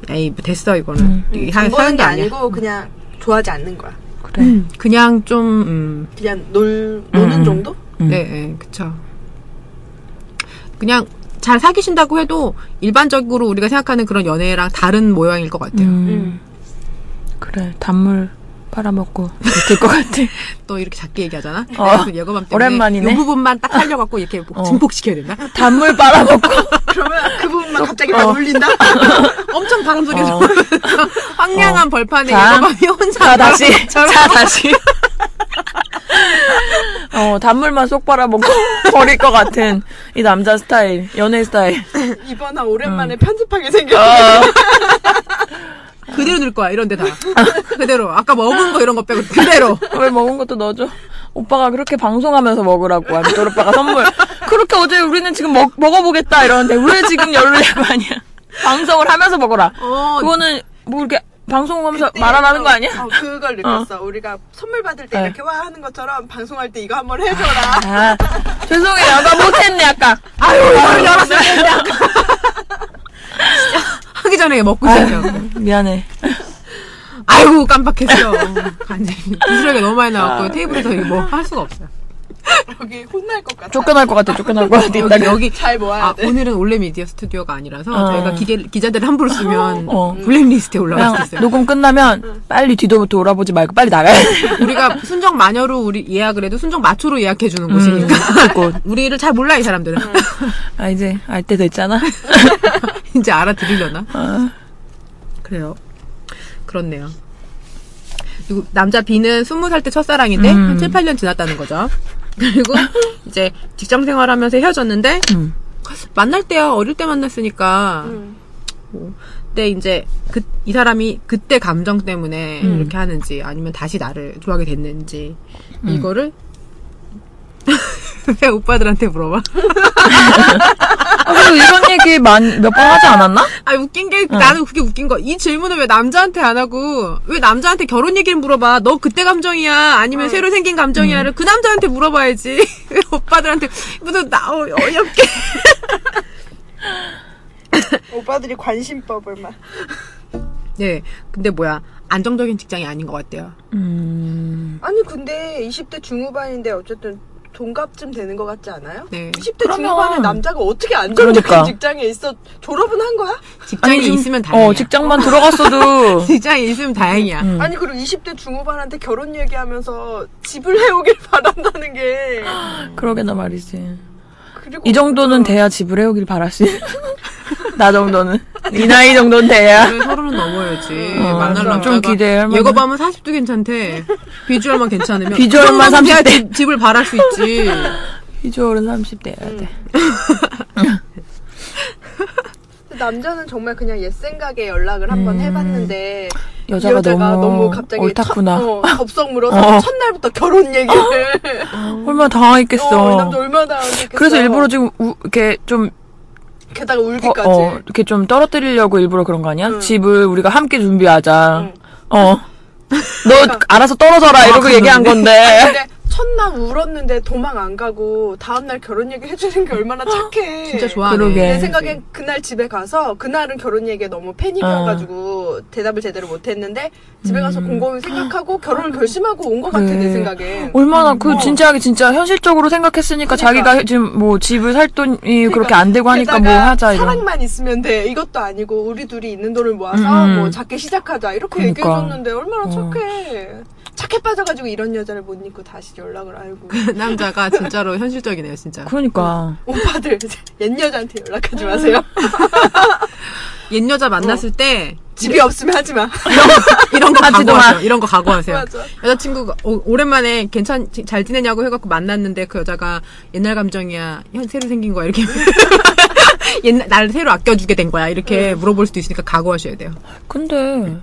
C: 에이, 뭐 됐어, 이거는. 이게 사-
B: 음.
E: 간 보는
C: 사연도
E: 게
C: 아니야.
E: 아니고 그냥 좋아하지 않는 거야.
B: 그래.
C: 그냥 좀 음,
E: 그냥 놀 노는
B: 음.
E: 정도?
B: 음.
C: 네, 네, 그쵸. 그냥 잘 사귀신다고 해도 일반적으로 우리가 생각하는 그런 연애랑 다른 모양일 것 같아요.
B: 음. 그래. 단물 빨아먹고 있을 것 같아.
C: 또 이렇게 작게 얘기하잖아. 네,
B: 어.
C: 그래서 예고밤 때문에
B: 오랜만이네.
C: 이 부분만 딱 살려갖고 이렇게
B: 어.
C: 증폭시켜야 된다.
B: 단물 빨아먹고.
E: 그러면 그 부분만 갑자기 막 울린다?
C: 엄청 바람 속에서
B: 어.
C: 황량한 벌판에
B: 자.
C: 예고밤이 혼자
B: 자, 다시.
C: 저런
B: 자, 다시. 어, 단물만 쏙 빨아먹고 버릴 것 같은 이 남자 스타일, 연애 스타일.
E: 이번에 아,
B: 음.
E: 오랜만에 편집하게 생겨.
B: 어,
C: 그대로 넣을 거야 이런 데다 그대로 아까 먹은 거 이런 거 빼고 그대로
B: 아, 왜 먹은 것도 넣어줘? 오빠가 그렇게 방송하면서 먹으라고. 아미돌 오빠가 선물. 그렇게 어제 우리는 지금 먹, 먹어보겠다 이러는데 왜 지금 열흘랩 아니야? 방송을 하면서 먹어라.
C: 어,
B: 그거는 뭐 이렇게 방송하면서 말하라는 거 아니야?
E: 어, 그걸 느꼈어. 우리가 선물 받을 때
B: 네.
E: 이렇게 와 하는 것처럼 방송할 때 이거 한번 해줘라.
B: 아, 죄송해요. 아까 못했네, 아까.
C: 아유 이걸 열었어야 했는데 아까. 진짜 하기 전에 먹고 싶죠
B: 미안해.
C: 아이고 깜빡했어 간장이 부스러기 너무 많이
E: 아.
C: 나왔고 테이블에서 이거 뭐 할 수가 없어요
E: 여기 혼날 것 같아.
B: 쫓겨날 것 같아, 쫓겨날 것 같아.
C: 여기 여기
E: 네, 잘 모아야
C: 아,
E: 돼.
C: 오늘은 올레 미디어 스튜디오가 아니라서
B: 어.
C: 저희가 기계, 기자들을 함부로 쓰면
B: 어.
C: 블랙리스트에 올라갈
B: 그냥
C: 수 있어요
B: 녹음 끝나면 빨리 뒤도부터 돌아보지 말고 빨리 나가야 돼.
C: 우리가 순정 마녀로 우리 예약을 해도 순정 마초로 예약해 주는
B: 음,
C: 곳이니까
B: 곧.
C: 우리를 잘 몰라 이 사람들은
E: 음.
B: 아, 이제 알 때 됐잖아.
C: 이제 알아들으려나
B: 아.
C: 그래요 그렇네요 그리고 남자 B는 스무 살 때 첫사랑인데
B: 음.
C: 한 7, 8년 지났다는 거죠 그리고 이제 직장 생활하면서 헤어졌는데
B: 음.
C: 만날 때야 어릴 때 만났으니까
E: 음.
C: 그때 이제 그, 이 사람이 그때 감정 때문에
B: 음.
C: 이렇게 하는지 아니면 다시 나를 좋아하게 됐는지
B: 음.
C: 이거를 왜 오빠들한테 물어봐?
B: 아, 그리고 이런 얘기 많이, 몇 번 하지 않았나?
C: 아 웃긴 게 나는 그게 웃긴 거. 이 질문을 왜 남자한테 안 하고 왜 남자한테 결혼 얘기를 물어봐? 너 그때 감정이야? 아니면 새로 생긴 감정이야를 그 남자한테 물어봐야지. 왜 오빠들한테 무슨 나 어, 어이없게.
E: 오빠들이 관심법을 막.
C: 네, 근데 뭐야 안정적인 직장이 아닌 것 같아요.
B: 음.
E: 아니 근데 20대 중후반인데 어쨌든 동갑쯤 되는 것 같지 않아요?
C: 네.
E: 20대
B: 그러면-
E: 중후반에 남자가 어떻게 안정적인
B: 그러니까.
E: 직장에 있어 졸업은 한 거야?
C: 직장이
B: 아니, 좀-
C: 있으면 다행이야.
B: 어, 직장만 들어갔어도.
C: 직장이 있으면 다행이야.
B: 음.
E: 아니 그리고 20대 중후반한테 결혼 얘기하면서 집을 해오길 바란다는 게
B: 그러게나 말이지.
E: 그리고
B: 이 정도는 돼야 집을 해오길 바라시. 나 정도는. 이 나이 정도는 돼야.
C: 그래, 서른은 넘어야지.
B: 어,
C: 만날
B: 좀
C: 남자가.
B: 기대할 만한-
C: 예고밤은 40도 괜찮대. 비주얼만 괜찮으면.
B: 비주얼만
C: 그 정도는 돼야
B: 30대.
C: 집- 집을 바랄 수 있지.
B: 비주얼은 30대여야 돼.
E: 남자는 정말 그냥 옛 생각에 연락을 한번 해봤는데 이
B: 음. 여자가, 너무,
E: 갑자기
B: 옳다구나.
E: 첫, 어, 덥석 물어서
B: 어.
E: 첫날부터 결혼 얘기를
B: 얼마나 음. 당황했겠어.
E: 어, 이 남자 얼마나 당황했겠어
B: 그래서 일부러 지금 우- 이렇게 좀
E: 게다가
B: 어,
E: 울기까지
B: 어, 이렇게 좀 떨어뜨리려고 일부러 그런 거 아니야? 집을 우리가 함께 준비하자.
E: 응.
B: 어. 너 알아서 떨어져라 이러고 얘기한
C: 네.
B: 건데.
E: 근데 첫날 울었는데 도망 안 가고 다음날 결혼 얘기 해주는 게 얼마나 착해.
C: 진짜 좋아하네.
B: 그러게.
E: 내 생각엔 그날 집에 가서 그날은 결혼 얘기에 너무 패닉이어가지고 대답을 제대로 못했는데 집에 가서
C: 음.
E: 곰곰이 생각하고 결혼을 결심하고 온 것 같아 내
B: 그래.
E: 생각엔.
B: 네. 얼마나 그 진지하게 진짜 현실적으로 생각했으니까
E: 그러니까.
B: 자기가 지금 뭐 집을 살 돈이 그렇게
E: 그러니까
B: 안 되고 하니까 뭐
E: 게다가
B: 하자 이런.
E: 사랑만 있으면 돼 이것도 아니고 우리 둘이 있는 돈을 모아서
B: 음.
E: 뭐 작게 시작하자 이렇게
B: 그러니까.
E: 얘기해줬는데 얼마나
B: 어.
E: 착해 착해 빠져가지고 이런 여자를 못 잊고 다시 연락을 알고
B: 그
C: 남자가 진짜로 현실적이네요, 진짜.
B: 그러니까.
E: 오빠들 옛 여자한테 연락하지 마세요
B: 음.
C: 옛 여자 만났을 때,
E: 집이 없으면 하지 마.
C: 이런 거
B: 하지도 마.
C: 각오하세요. 이런 거 각오하세요.
E: 맞아.
C: 여자친구가 어, 오- 오랜만에 괜찮, 잘 지내냐고 해갖고 만났는데 그 여자가 옛날 감정이야. 현 새로 생긴 거야. 이렇게. 옛날, 날 새로 아껴주게 된 거야.
B: 네.
C: 이렇게 물어볼 수도 있으니까 각오하셔야 돼요.
E: 음.
B: 근데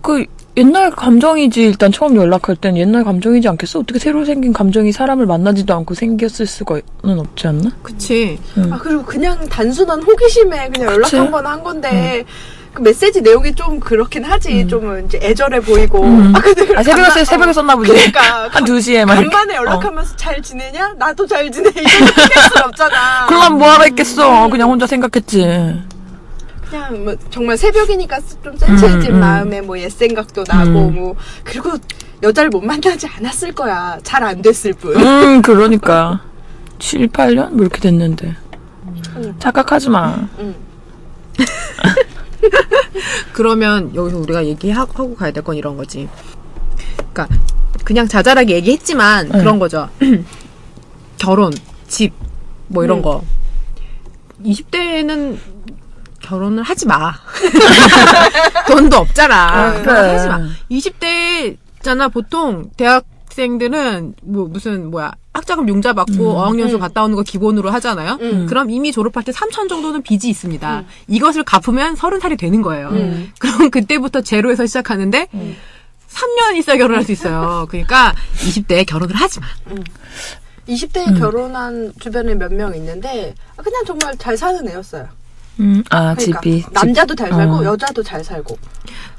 B: 그 옛날 감정이지 일단 처음 연락할 땐 옛날 감정이지 않겠어? 어떻게 새로 생긴 감정이 사람을 만나지도 않고 생겼을 수가는 없지 않나?
C: 그치.
E: 아 그리고 그냥 단순한 호기심에 그냥 연락
B: 음. 그치? 음.
E: 한 번 한 건데 그 메시지 내용이 좀 그렇긴 하지. 좀 이제 애절해 보이고.
B: 음.
E: 아 근데
B: 아 새벽에
E: 간만-
B: 써- 새벽에
E: 어,
B: 썼나 보지.
E: 그러니까
B: 한 어. 2시에 막. 이렇게.
E: 간만에 연락하면서 잘 지내냐? 나도 잘
B: 어.
E: 지내. 이런 얘기할 순 없잖아. 음.
B: 그럼 뭐하러 했겠어? 그냥 혼자 생각했지.
E: 그냥 뭐 정말 새벽이니까 좀 센치해진 마음에 뭐 옛 생각도 나고
B: 음.
E: 뭐 그리고 여자를 못 만나지 않았을 거야. 잘 안 됐을 뿐.
B: 음, 그러니까. 7, 8년? 뭐 이렇게 됐는데.
E: 음.
B: 착각하지 마.
C: 그러면 여기서 우리가 얘기하고 가야 될 건 이런 거지. 그러니까 그냥 자잘하게 얘기했지만 그런 거죠. 결혼, 집, 뭐 이런 거. 20대에는 결혼을 하지 마. 돈도 없잖아.
B: 네.
C: 결혼 하지 마. 20대잖아. 보통 대학생들은 뭐 무슨 뭐야 학자금 용자
E: 음.
C: 받고 어학연수 갔다 오는 거 기본으로 하잖아요. 그럼 이미 졸업할 때 3천 정도는 빚이 있습니다.
E: 음.
C: 이것을 갚으면 30살이 되는 거예요. 그럼 그때부터 제로에서 시작하는데
E: 음.
C: 3년 있어야 결혼할 수 있어요. 그러니까 20대에 결혼을 하지 마.
E: 20대에
B: 음.
E: 결혼한 주변에 몇 명 있는데 아, 그냥 정말 잘 사는 애였어요.
B: 음, 아,
E: 그러니까
B: 집이.
E: 남자도 잘 살고
B: 어.
E: 여자도 잘 살고.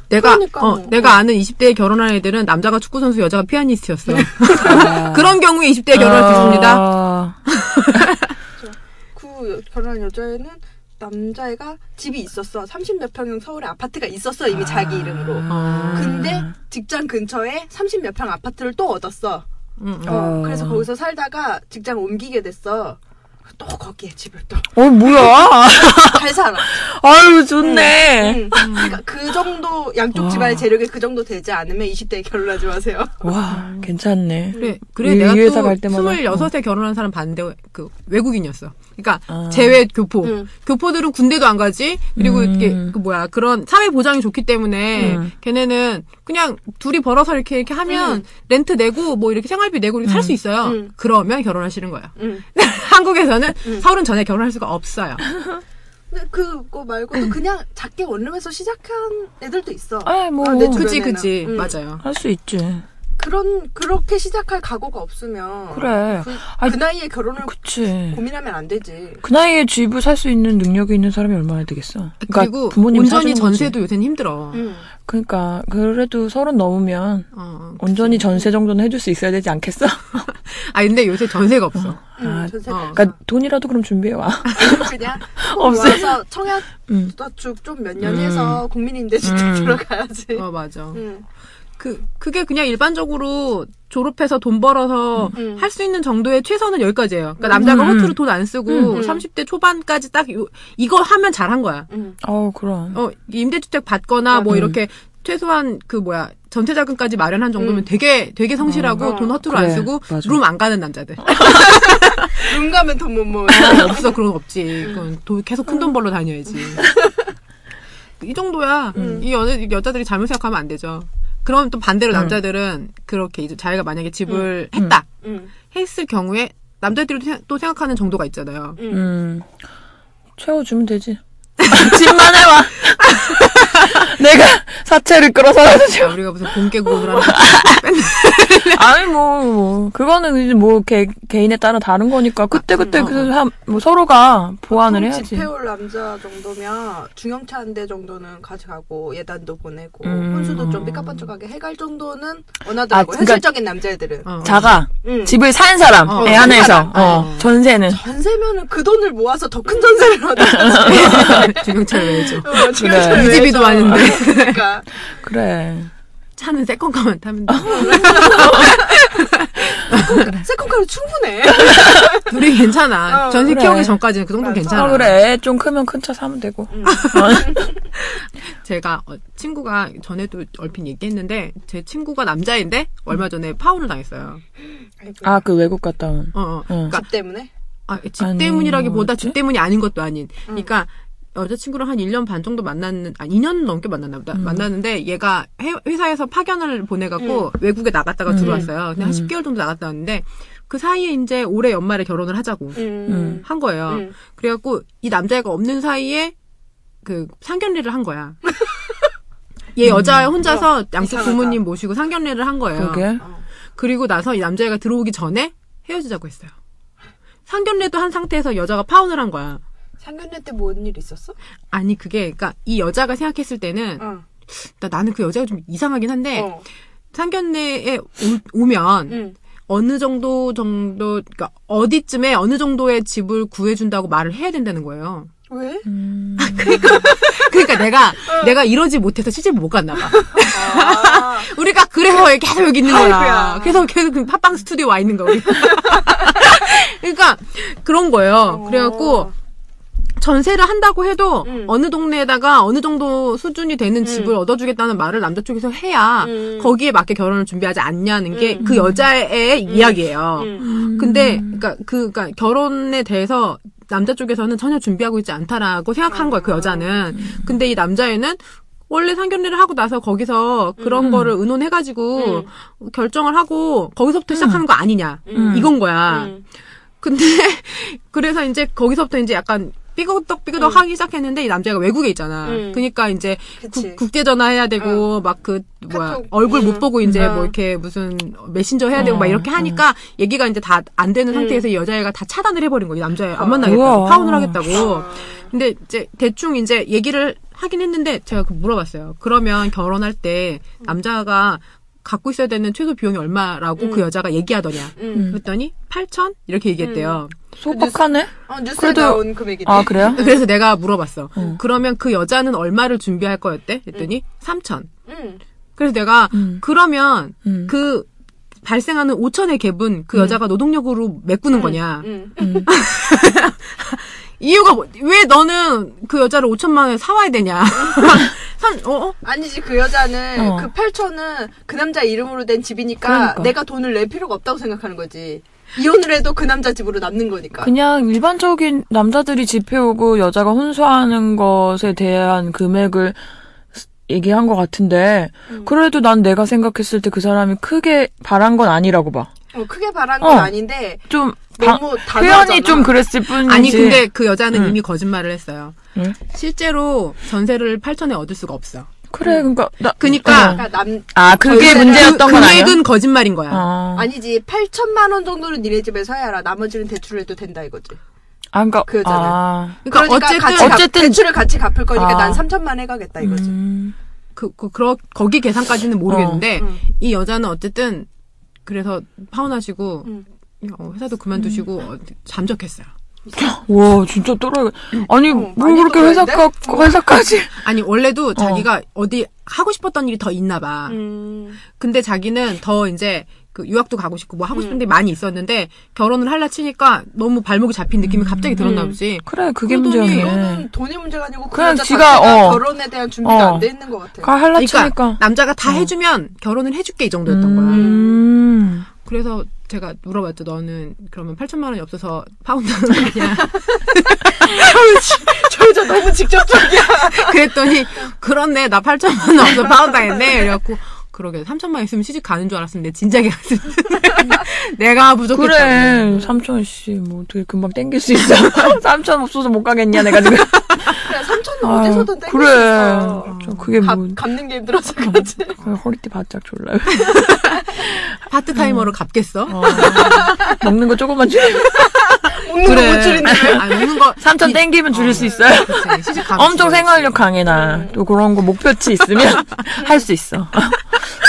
C: 내가
E: 그러니까
C: 어,
E: 뭐.
C: 내가 아는 20대에 결혼한 애들은 남자가 축구 선수, 여자가 피아니스트였어.
E: 음.
C: 그런 경우에 20대에 결혼할 수 있습니다.
B: 아,
E: 그 여- 결혼한 여자애는 남자애가 집이 있었어. 30 몇 평형 서울에 아파트가 있었어. 이미 자기 이름으로.
B: 아.
E: 근데 직장 근처에 30 몇 평 아파트를 또 얻었어.
C: 음, 음.
E: 어,
B: 아.
E: 그래서 거기서 살다가 직장 옮기게 됐어. 또 거기에 집을 또
B: 어, 뭐야.
E: 잘 살아.
B: 아유, 좋네. 음. 어.
E: 응. 그러니까 그 정도 양쪽 집안의 재력이 그 정도 되지 않으면 20대에 결혼하지 마세요.
B: 와, 괜찮네.
C: 그래, 그래
B: 음. 이-
C: 내가
B: 이 회사
C: 또
B: 갈 때마다? 어.
C: 26에 결혼한 사람 봤는데 그 외국인이었어. 그러니까
B: 아.
C: 제외 교포.
E: 음.
C: 교포들은 군대도 안 가지. 그리고
B: 음.
C: 이게 그 뭐야 그런 사회 보장이 좋기 때문에 걔네는 그냥 둘이 벌어서 이렇게 이렇게 하면 렌트 내고 뭐 이렇게 생활비 내고 이렇게 살 수 있어요.
E: 음.
C: 그러면 결혼하시는 거예요.
E: 응.
C: 한국에서는
E: 음.
C: 서른 전에 결혼할 수가 없어요.
E: 근데 네, 그거 말고도 그냥 작게 원룸에서 시작한 애들도 있어.
B: 음. 아, 뭐.
E: 아, 내 주-
C: 그지
E: 주변에는.
C: 그지
E: 음.
C: 맞아요.
B: 할 수 있지.
E: 그런 그렇게 시작할 각오가 없으면
B: 그래.
E: 그,
B: 아니,
E: 그 나이에 결혼을
B: 그치.
E: 고민하면 안 되지.
B: 그 나이에 집을 살 수 있는 능력이 있는 사람이 얼마나 되겠어. 그러니까
C: 그리고
B: 부모님
C: 온전히
B: 사주는 거지.
C: 전세도 요새는 힘들어.
E: 응.
B: 그러니까 그래도 서른 넘으면
C: 어, 어.
B: 온전히 전세 정도는 해줄 수 있어야 되지 않겠어?
C: 아 근데 요새 전세가 없어.
E: 응,
B: 아,
E: 전세
C: 어.
B: 그러니까 돈이라도 그럼 준비해 와.
E: 음, 그냥
B: 없어요.
E: 모아서
B: 음.
E: 청약저축 좀 몇 년 해서 국민임대주택
B: 음.
E: 들어가야지. 음,
C: 어 맞아.
E: 응.
C: 그 그게 그냥 일반적으로 졸업해서 돈 벌어서
E: 음.
C: 할 수 있는 정도의 최선은 여기까지예요. 그러니까 남자가
B: 음.
C: 허투루 돈 안 쓰고
E: 음.
C: 30대 초반까지 딱 요- 이거 하면 잘한 거야.
E: 응.
B: 어, 그럼.
C: 어 임대주택 받거나 뭐
B: 음.
C: 이렇게 최소한 그 뭐야 전세자금까지 마련한 정도면 되게 되게 성실하고
E: 음. 어.
C: 돈 허투루 안
B: 그래,
C: 쓰고
B: 맞아.
C: 룸 안 가는 남자들
E: 눈 가면 돈못 모아.
C: 네, 없어 그런 거 없지. 그건 돈 계속 큰 돈 벌러 다녀야지. 이 정도야. 이 여, 이 여자들이 잘못 생각하면 안 되죠. 그럼 또 반대로 남자들은 그렇게 이제 자기가 만약에 집을 했다.
E: 응.
C: 했을 경우에 남자들이 또 생각- 또 생각하는 정도가 있잖아요.
B: 음. 채워주면 되지. 집만 해와. 내가 사채를 끌어서라도 채워.
C: 아, 우리가 무슨 본계 구원을 하는
B: 아니 뭐, 뭐 그거는 이제 뭐 개, 개인에 따라 다른 거니까 그때 그때 그 사- 뭐 서로가 보완을 해야지.
E: 아, 집해올 남자 정도면 중형차 한 대 정도는 가져가고 예단도 보내고
B: 음.
E: 혼수도 좀 삐까뻔쩍하게 해갈 정도는
B: 아,
E: 원하더라고.
B: 그러니까-
E: 현실적인 남자애들은.
C: 어.
B: 자가
E: 응.
B: 집을 산 사람
C: 어,
B: 에
C: 산
B: 한해서
E: 사람.
B: 어, 전세는
E: 전세면은 그 돈을 모아서 더 큰 전세를 받아야지.
B: 네.
C: 중형차를 외죠.
E: 어, 중형차를
C: 이
E: 왜
C: 집이도
E: 줘?
C: 아닌데.
E: 그러니까.
B: 그래.
C: 차는 세컨카만 타면 돼.
E: 세컨카로 충분해.
C: 둘이 괜찮아.
E: 어,
C: 전세
B: 그래.
C: 키우기 전까지는 그 정도 는
E: 맞아.
C: 괜찮아.
B: 아 그래. 애 좀 크면 큰 차 사면 되고.
C: 제가 어, 친구가 전에도 얼핏 얘기했는데 제 친구가 남자인데 얼마 전에 파혼을 당했어요.
B: 아 그 외국 갔다 온.
C: 어, 어.
B: 응.
C: 그러니까
E: 그러니까 집 때문에.
C: 아, 집
B: 네. 아니,
C: 때문이라기보다
B: 뭐였지?
C: 집 때문이 아닌 것도 아닌.
E: 음.
C: 그러니까 여자친구랑 한 1년 반 정도 만났는, 아, 2년 넘게 만났나
B: 음.
C: 보다. 만났는데 얘가 해- 회사에서 파견을
E: 음.
C: 보내갖고 외국에 나갔다가
B: 음.
C: 들어왔어요. 근데 한 10개월 정도 나갔다 왔는데 그 사이에 이제 올해 연말에 결혼을 하자고
E: 음.
C: 한 거예요.
E: 음.
C: 그래갖고 이 남자애가 없는 사이에 그 상견례를 한 거야. 얘 여자 혼자서 양쪽
E: 이상하다.
C: 부모님 모시고 상견례를 한 거예요.
B: 음. 그게.
E: 어.
C: 그리고 나서 이 남자애가 들어오기 전에 헤어지자고 했어요. 상견례도 한 상태에서 여자가 파혼을 한 거야.
E: 상견례 때 뭔 일 있었어?
C: 아니 그게 그러니까 이 여자가 생각했을 때는
B: 네.
E: 어.
C: 나- 나는 그 여자가 좀 이상하긴 한데
E: 어. 음.
C: 상견례에 오, 면
E: 응.
C: 어느 정도 정도 그러니까 어디쯤에 어느 정도의 집을 구해준다고 말을 해야 된다는 거예요.
E: 왜?
B: 음. 아, 그,
C: 그러니까 내가 내가 이러지 못해서 시집을 못 갔나 봐.
E: 아,
C: 우리가 그래서 계속 여기 있는 거야.
E: 아이고야.
C: 계속 계속 그 팟빵 스튜디오 와 있는 거 우리. 그러니까 그런 거예요. 그래갖고 전세를 한다고 해도
E: 어. 음.
C: 어느 동네에다가 어느 정도 수준이 되는 집을 얻어주겠다는 말을 남자 쪽에서 해야
E: 음.
C: 거기에 맞게 결혼을 준비하지 않냐는 게
E: 음.
C: 그 여자의 이야기예요.
B: 어.
E: 음.
C: 근데 그러니까 그 그러니까 결혼에 대해서 남자 쪽에서는 전혀 준비하고 있지 않다라고 생각한 거예요 그
E: 아.
C: 여자는.
E: 음.
C: 근데 이 남자애는 원래 상견례를 하고 나서 거기서
E: 음.
C: 그런 거를 의논해가지고 결정을 하고 거기서부터 시작하는 거 아니냐
E: 음.
C: 이건 거야.
E: 음.
C: 근데 그래서 이제 거기서부터 이제 약간 삐그덕 삐그덕 하기 시작했는데 이 남자가 외국에 있잖아.
E: 음.
C: 그러니까 이제
E: 그치. 어.
C: 국제 전화 해야 되고 막 그 뭐야
E: 카톡.
C: 얼굴 못
E: 음.
C: 보고 이제
E: 음. 어.
C: 뭐 이렇게 무슨 메신저 해야 되고 막 이렇게 하니까 얘기가 이제 다 안
E: 음.
C: 되는 상태에서 이 여자애가 다 차단을 해버린 거지 남자애 안 만나겠다고
B: 우와.
C: 파혼을
E: 어.
C: 하겠다고. 근데 이제 대충 이제 얘기를 하긴 했는데 제가 그 물어봤어요. 그러면 결혼할 때 남자가 갖고 있어야 되는 최소 비용이 얼마라고 그 여자가 얘기하더냐.
E: 음.
C: 그랬더니 8천 이렇게 얘기했대요.
B: 소박하네?
E: 아, 뉴스에
B: 그래도-
E: 나온 금액이
B: 아, 그래요?
C: 그래서 내가 물어봤어. 그러면 그 여자는 얼마를 준비할 거였대? 그랬더니 3천.
E: 음.
C: 그래서 내가
B: 음.
C: 그러면
B: 음.
C: 그 발생하는 5천의 갭은 그 여자가 노동력으로 메꾸는 거냐?
E: 음.
C: 이유가 뭐, 왜 너는 그 여자를 5천만 원에 사와야 되냐?
B: 음.
C: 삼, 어? 어?
E: 아니지 그 여자는
B: 어.
E: 그 8천은 그 남자 이름으로 된 집이니까
B: 그러니까.
E: 내가 돈을 낼 필요가 없다고 생각하는 거지 이혼을 해도 그 남자 집으로 남는 거니까
B: 그냥 일반적인 남자들이 집회 오고 여자가 혼수하는 것에 대한 금액을 쓰- 얘기한 것 같은데 그래도 난 내가 생각했을 때 그 사람이 크게 바란 건 아니라고 봐.
E: 어, 크게 바란 건
B: 어.
E: 아닌데
B: 좀 바-
E: 너무 단호하잖아
B: 표현이 좀 그랬을 음, 뿐이지.
C: 아니 근데 그 여자는
B: 응.
C: 이미 거짓말을 했어요.
B: 응?
C: 실제로 전세를 8천에 얻을 수가 없어.
B: 그래 그러니까 나,
C: 그러니까
B: 어.
E: 그러니까 남
B: 아 그게
E: 전세를-
B: 문제였던 건 아니야?
C: 금액은 거짓말인 거야.
B: 어.
E: 아니지 8천만 원 정도는 니네 집에서 해라 나머지는 대출을 해도 된다 이거지
B: 아 그러니까
E: 그 여자는.
B: 아
C: 그러니까,
E: 같이
C: 어쨌든
E: 갚-
B: 어쨌든-
E: 대출을 같이 갚을 거니까
B: 아.
E: 난 3천만 해가겠다 이거지
B: 음,
C: 그, 그, 그 거기 계산까지는 모르겠는데
B: 어.
E: 음.
C: 이 여자는 어쨌든 그래서 파혼하시고
E: 음.
C: 어, 회사도 그만두시고
B: 음.
C: 어, 잠적했어요.
B: 와 진짜 또라이. 아니 뭘
E: 많이
B: 그렇게 회사
E: 또라이인데?
B: 까 회사까지?
C: 아니
B: 어.
C: 원래도 자기가 어디 하고 싶었던 일이 더 있나 봐.
E: 음.
C: 근데 자기는 더 이제 그 유학도 가고 싶고 뭐 하고
B: 음.
C: 싶은 게 많이 있었는데 결혼을 할라 치니까 너무 발목이 잡힌 느낌이 갑자기 들었나
E: 음.
C: 보지.
B: 그래 그게
C: 그러더니
B: 문제였네.
E: 이거는 돈이 문제가 아니고 그
B: 예. 그냥
E: 여자
B: 지가,
E: 자체가
B: 어.
E: 결혼에 대한 준비가
B: 어.
E: 안 돼 있는 것 같아
B: 가 할라 치니까. 어.
C: 그러니까 남자가 다 해주면 결혼을 해줄게 이 정도였던 거야.
B: 음.
C: 그래서 제가 물어봤죠. 너는 그러면 8천만 원이 없어서 파운드는 아니야.
E: 저 여자 너무 직접적이야
C: 그랬더니 그렇네. 나 8천만 원 없어서 파운드했네. 그래갖고 그러게 3천만 있으면 시집 가는 줄 알았는데 진작에 갔을 내가 부족했다.
B: 그래 삼촌 씨뭐 어떻게 금방 땡길 수 있어? 삼촌 없어서 못 가겠냐 내가 지금.
E: 그래 3천은
B: 아유,
E: 어디서든 땡길
B: 그래.
E: 수 있어
B: 저 그게
E: 갚,
B: 뭐
E: 갚는 게 힘들어서 그렇지.
B: 거의 허리띠 바짝 졸라.
C: 파트 타이머로 갚겠어?
B: 어. 먹는 거 조금만 줄.
E: 먹는 그래. 거못 줄인데.
C: 아, 먹는 거
B: 삼촌
C: 이-
B: 땡기면 줄일 수
C: 어.
B: 있어요.
C: 그치, 시집 가면
B: 엄청
C: 줄여야지.
B: 생활력 강해
C: 네.
B: 나. 또 그런 거 목표치 있으면 할 수 있어.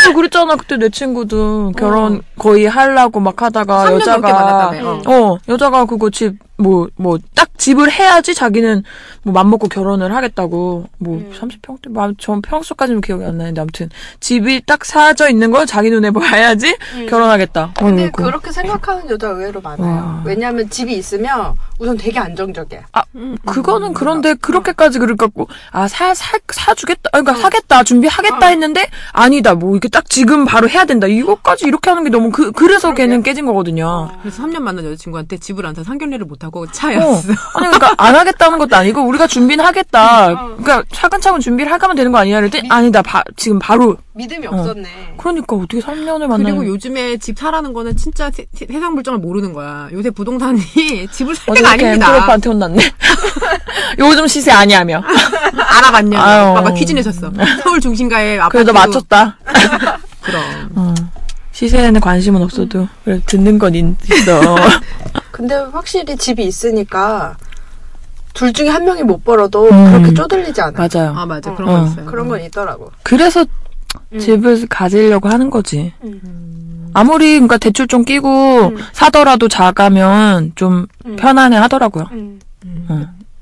B: 또 그랬잖아 그때 내 친구도 결혼 거의 하려고 막 하다가
C: 어. 삼년 넘게
B: 여자가
C: 만났다며. 어.
B: 어 여자가 그거 집 뭐 뭐 딱 집을 해야지 자기는 뭐 맘먹고 결혼을 하겠다고 뭐
C: 음.
B: 30평대 뭐전 평수까지는 기억이 안 나는데 아무튼 집이 딱 사져 있는 걸 자기 눈에 봐야지
C: 음.
B: 결혼하겠다.
E: 근데
B: 어이구.
E: 그렇게 생각하는 여자 의외로 많아요.
B: 와.
E: 왜냐하면 집이 있으면 우선 되게 안정적이야.
B: 아,
C: 음,
B: 그거는 그런데
C: 아,
B: 그렇게까지 그럴 것 같고, 아, 사, 사, 사주겠다, 아,
C: 음.
B: 그러니까 사겠다,
C: 아.
B: 준비하겠다 했는데, 아니다, 뭐, 이게 딱 지금 바로 해야 된다. 이것까지 이렇게 하는 게 너무, 그, 그래서 걔는 깨진 거거든요.
C: 그래서 3년 만난 여자친구한테 집을 안 사 상견례를 못하고
B: 어.
C: 차였어.
B: 아니, 그러니까 안 하겠다는 것도 아니고, 우리가 준비는
C: 음,
B: 하겠다. 그러니까 차근차근 준비를 하가면 되는 거 아니냐 그랬더니, 아니다, 바, 지금 바로.
E: 믿음이 없었네.
B: 그러니까 어떻게 3년을 만나
C: 그리고 요즘에 집 사라는 거는 진짜 세, 상 물정을 모르는 거야. 요새 부동산이 집을 살 때가
B: 어떻게 엠프로
C: 아닙니다.
B: 오빠한테 혼났네. 요즘 시세 아니하며.
C: 알아봤냐?
B: 아유.
C: 아빠가 퀴즈 내셨어. 서울 중심가에 아파트.
B: 그래도 어. 맞췄다.
C: 그럼.
B: 시세에는 관심은
C: 음.
B: 없어도, 그래, 듣는 건 있- 있어.
E: 근데 확실히 집이 있으니까 둘 중에 한 명이 못 벌어도
B: 음.
E: 그렇게 쪼들리지 않아.
B: 맞아요.
C: 아 맞아.
E: 어.
C: 그런 거
B: 어.
C: 있어요.
E: 그런 건 있더라고.
B: 그래서
C: 음.
B: 집을 가지려고 하는 거지. 아무리 그러니까 대출 좀
C: 음.
B: 음. 끼고 사더라도 작으면 좀 편안해 하더라고요.
E: 음.